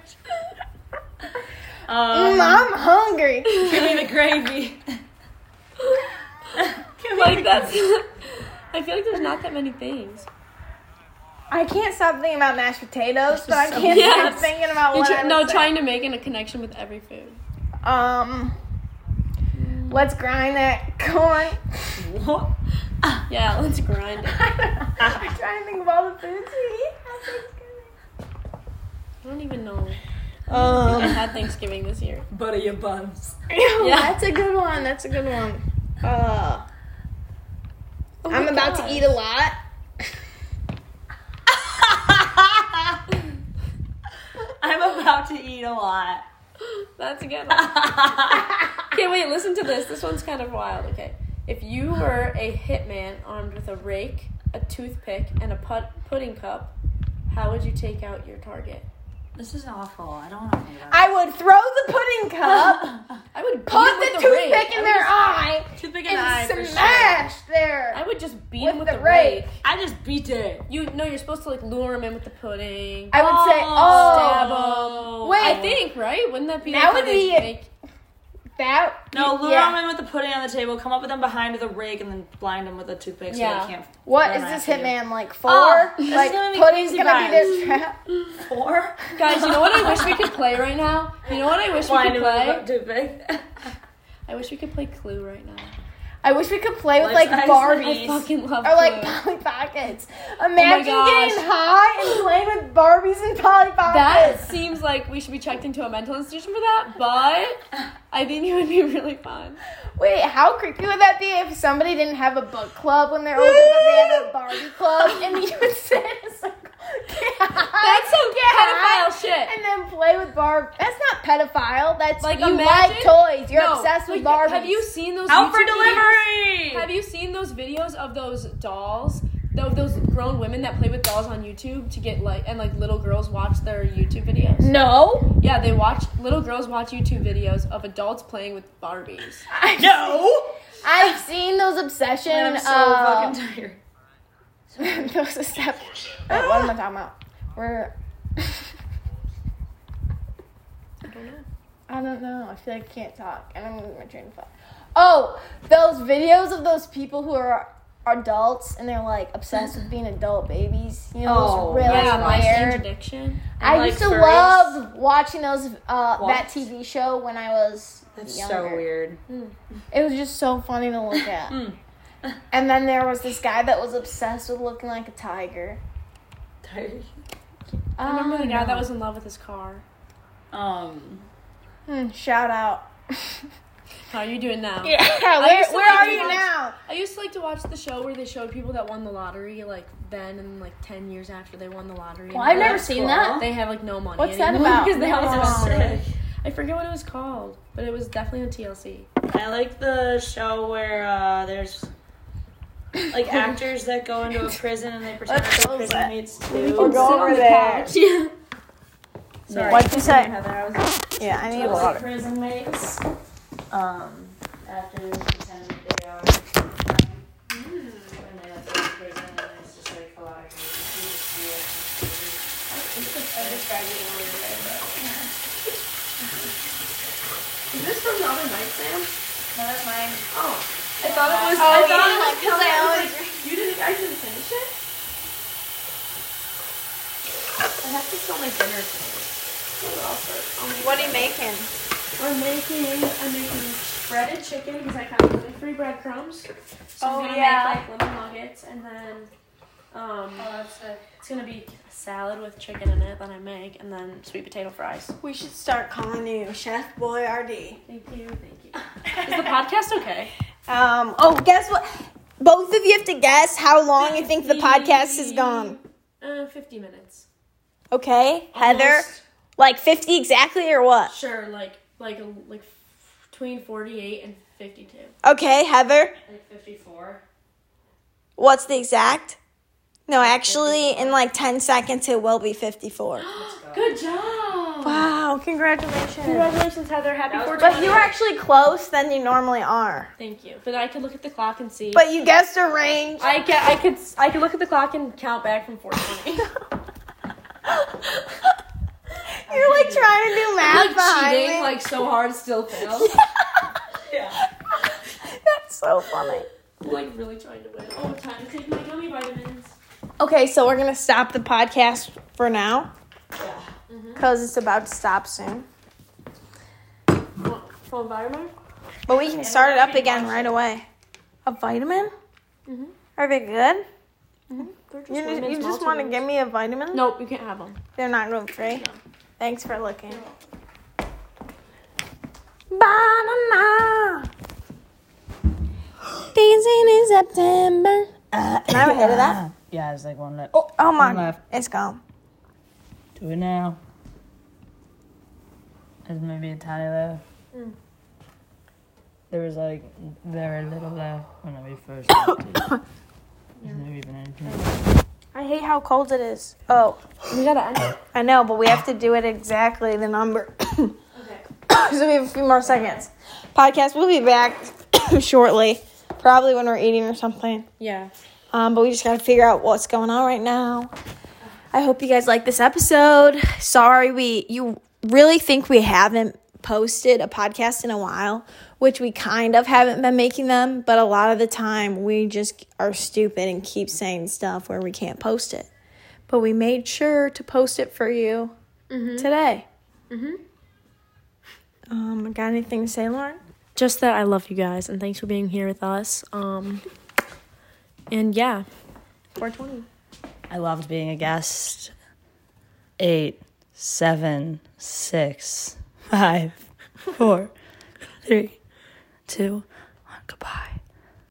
S3: Um,
S2: Mm, I'm hungry.
S3: Give me the gravy.
S1: like that's I feel like there's not that many things.
S2: I can't stop thinking about mashed potatoes, but I
S1: so-
S2: can't
S1: Yes.
S2: stop thinking about
S1: You're
S2: what
S1: tr-
S2: I was
S1: no,
S2: saying.
S1: trying to make in a connection with every food.
S2: Um, let's grind that corn.
S3: What?
S1: Yeah, let's grind it.
S2: I'm trying to think of all the foods we eat.
S1: I don't even know. I
S2: Um,
S1: think I had Thanksgiving this year.
S3: Butter your buns.
S2: yeah.
S1: Yeah.
S2: That's a good one. That's a good one. Uh,
S1: Oh
S2: I'm
S1: my
S2: about
S1: God.
S2: to eat a lot.
S3: I'm about to eat a lot.
S1: That's a good one. okay, wait, listen to this. This one's kind of wild. Okay. If you were a hitman armed with a rake, a toothpick, and a put- pudding cup, how would you take out your target?
S3: This is awful. I don't want to think about
S2: I would throw the pudding cup,
S1: I would beat
S2: put
S1: him
S2: the
S1: with a rake.
S2: toothpick
S1: I
S2: in
S1: would
S2: their
S1: just-
S2: eye,
S3: Toothpick in the eye
S2: and
S3: for sure.
S2: smash their.
S1: I would just beat
S2: With
S1: him with
S2: the
S1: a rake.
S2: rake.
S3: I just beat it.
S1: You no, you're supposed to like lure him in with the pudding.
S2: I would say,
S1: stab
S2: oh,
S1: him.
S2: Wait.
S1: I think right? Wouldn't that be like
S2: That would
S1: how they
S2: be-
S1: make-
S2: that.
S3: No, lure
S2: yeah.
S3: him in with the pudding on the table. Come up with him behind with a rake, and then blind him with a toothpick so
S1: Yeah.
S3: they can't.
S2: What
S3: run
S2: is this
S3: after you.
S2: hitman like for?
S3: Oh, this is
S2: like
S3: gonna be
S2: pudding's
S3: crazy
S2: gonna be
S3: vibes.
S2: their trap.
S3: Four.
S1: Guys, you know what I wish we could play right now? You know what I wish we
S3: Blind
S1: could
S3: him with
S1: play?
S3: a toothpick.
S1: I wish we could play Clue right now.
S2: I wish we could play with
S3: Life's
S2: like
S3: nice.
S2: Barbies.
S3: Nice.
S1: Fucking love
S2: Or like
S1: Clue.
S2: Polly Pockets. Imagine
S1: Oh gosh.
S2: getting high and playing with Barbies and Polly
S1: That
S2: Pockets.
S1: seems like we should be checked into a mental institution for that, but I think it would be really fun.
S2: Wait, how creepy would that be if somebody didn't have a book club when they're older, but they had a Barbie club, and you would sit in a circle, get high,
S1: That's some
S2: get high,
S1: pedophile shit.
S2: and then play with Barb. That's not pedophile. That's
S1: Like,
S2: you
S1: imagine-
S2: like toys. You're
S1: No,
S2: obsessed with
S1: like,
S2: Barbies.
S1: Have you seen those
S3: Out for
S1: YouTube videos?
S3: delivery.
S1: Have you seen those videos of those dolls? Tho- Those grown women that play with dolls on YouTube to get like and like little girls watch their YouTube videos.
S2: No.
S1: Yeah, they watch little girls watch YouTube videos of adults playing with Barbies.
S2: No. I've seen those obsession.
S3: I'm so
S2: uh,
S3: fucking tired.
S2: those obsession. Wait, Oh, what am I talking about? We're. I don't know. I feel like I can't talk, and I'm losing my train of thought. Oh, those videos of those people who are adults and they're like obsessed with being adult babies. You know,
S3: Oh,
S2: those really
S1: yeah, my
S2: weird.
S1: addiction.
S2: I
S3: like,
S2: used to
S3: furries.
S2: love watching those uh, that
S3: What?
S2: TV show when I was
S3: That's
S2: younger.
S3: so weird.
S2: It was just so funny to look at. and then there was this guy that was obsessed with looking like a tiger.
S3: Tired.
S1: I remember the
S2: Um,
S1: guy that was in love with his car.
S3: Um.
S2: Hmm, shout out.
S1: How are you doing now?
S2: Yeah, where,
S1: used to
S2: where
S1: like
S2: are
S1: to
S2: you
S1: watch-
S2: now?
S1: I used to like to watch the show where they showed people that won the lottery, like then and like ten years after they won the lottery.
S2: Well, I've
S1: And
S2: never
S3: that's
S2: seen
S3: cool.
S2: that.
S1: They have like no money.
S2: What's that
S1: anymore
S2: about?
S1: Because they all
S2: No.
S1: lost their money.
S3: Sick.
S1: I forget what it was called, but it was definitely on TLC.
S3: I like the show where uh, there's like actors that go into a prison and they pretend
S2: Let's
S3: they're
S2: go
S3: prison
S2: back.
S3: mates too.
S2: Or go over there.
S3: Sorry.
S2: What'd you say?
S3: Heather, I was like,
S2: Yeah, I need a
S3: those
S2: water.
S3: prison mates. Um, actors pretend that they are. Mm. And they like go to prison and it's just like oh, a lot of. I described it in a weird way, but.
S1: Is this from the other night, Oh. Sam?
S2: That's
S1: I
S2: mine.
S1: thought it was. I
S2: Oh, you
S1: thought it
S2: didn't
S1: was coming.
S2: like this
S1: I was
S2: out.
S1: like, you didn't actually finish it. I have to sell my dinner.
S2: What are you making?
S1: I'm making I'm making breaded chicken because I found only three breadcrumbs. So
S2: Oh,
S1: I'm gonna
S2: yeah.
S1: make like lemon nuggets and then um it's gonna be a salad with chicken in it that I make and then sweet potato fries.
S2: We should start calling you Chef Boyardee.
S1: Thank you, thank you. Is the podcast okay?
S2: Um. Oh, guess what? Both of you have to guess how long you think the podcast has gone.
S1: Uh fifty minutes.
S2: Okay, Heather,
S1: Almost.
S2: like fifty exactly or what?
S1: Sure, like like a, like between forty eight and fifty two.
S2: Okay, Heather,
S3: Like 54.
S2: what's the exact? No, actually, in like ten seconds, it will be fifty-four.
S1: Good job.
S2: Wow! Congratulations.
S1: Congratulations, Heather. Happy
S2: But
S1: 14th.
S2: you were actually close than you normally are.
S1: Thank you. But I could look at the clock and see.
S2: But you guessed a range.
S1: I could, I could I could look at the clock and count back from 420.
S2: You're like trying to do math behind me.
S1: so hard, still failed.
S2: That's so funny.
S1: Like really trying to win. Oh, time to take my gummy vitamins.
S11: Okay, so we're gonna stop the podcast for now
S12: Mm-hmm.
S11: because it's about to stop soon.
S12: Full environment?
S11: But we can start it up again right away. A vitamin?
S12: Mm-hmm.
S11: Are they good?
S12: They're just
S11: You,
S12: women's
S11: you just
S12: multivitamins.
S11: want to give me a vitamin?
S12: Nope, you can't have them.
S11: They're not gluten free. Thanks for looking. Banana. Dancing in September. Can I have a hit of that?
S3: Yeah, it's like one left.
S11: Oh, oh
S3: One
S11: my.
S3: left.
S11: It's gone.
S3: Do it now. There's maybe a tiny left.
S11: Mm.
S3: There was like very little left when we first got to. There's never even anything.
S11: I hate how cold it is. Oh, we gotta end it. I know, but we have to do it exactly the number. so we have a few more seconds. Podcast, we'll be back shortly, probably when we're eating or something.
S1: Yeah.
S11: Um, but we just gotta figure out what's going on right now. I hope you guys like this episode. Sorry, we you really think we haven't posted a podcast in a while, which we kind of haven't been making them, but a lot of the time we just are stupid and keep saying stuff where we can't post it. But we made sure to post it for you today.
S13: Mm-hmm.
S11: Um, got anything to say, Lauren?
S1: Just that I love you guys and thanks for being here with us. Um, and yeah.
S11: 420.
S3: I loved being a guest. Eight, seven, six, five, four, three, two, one. Goodbye.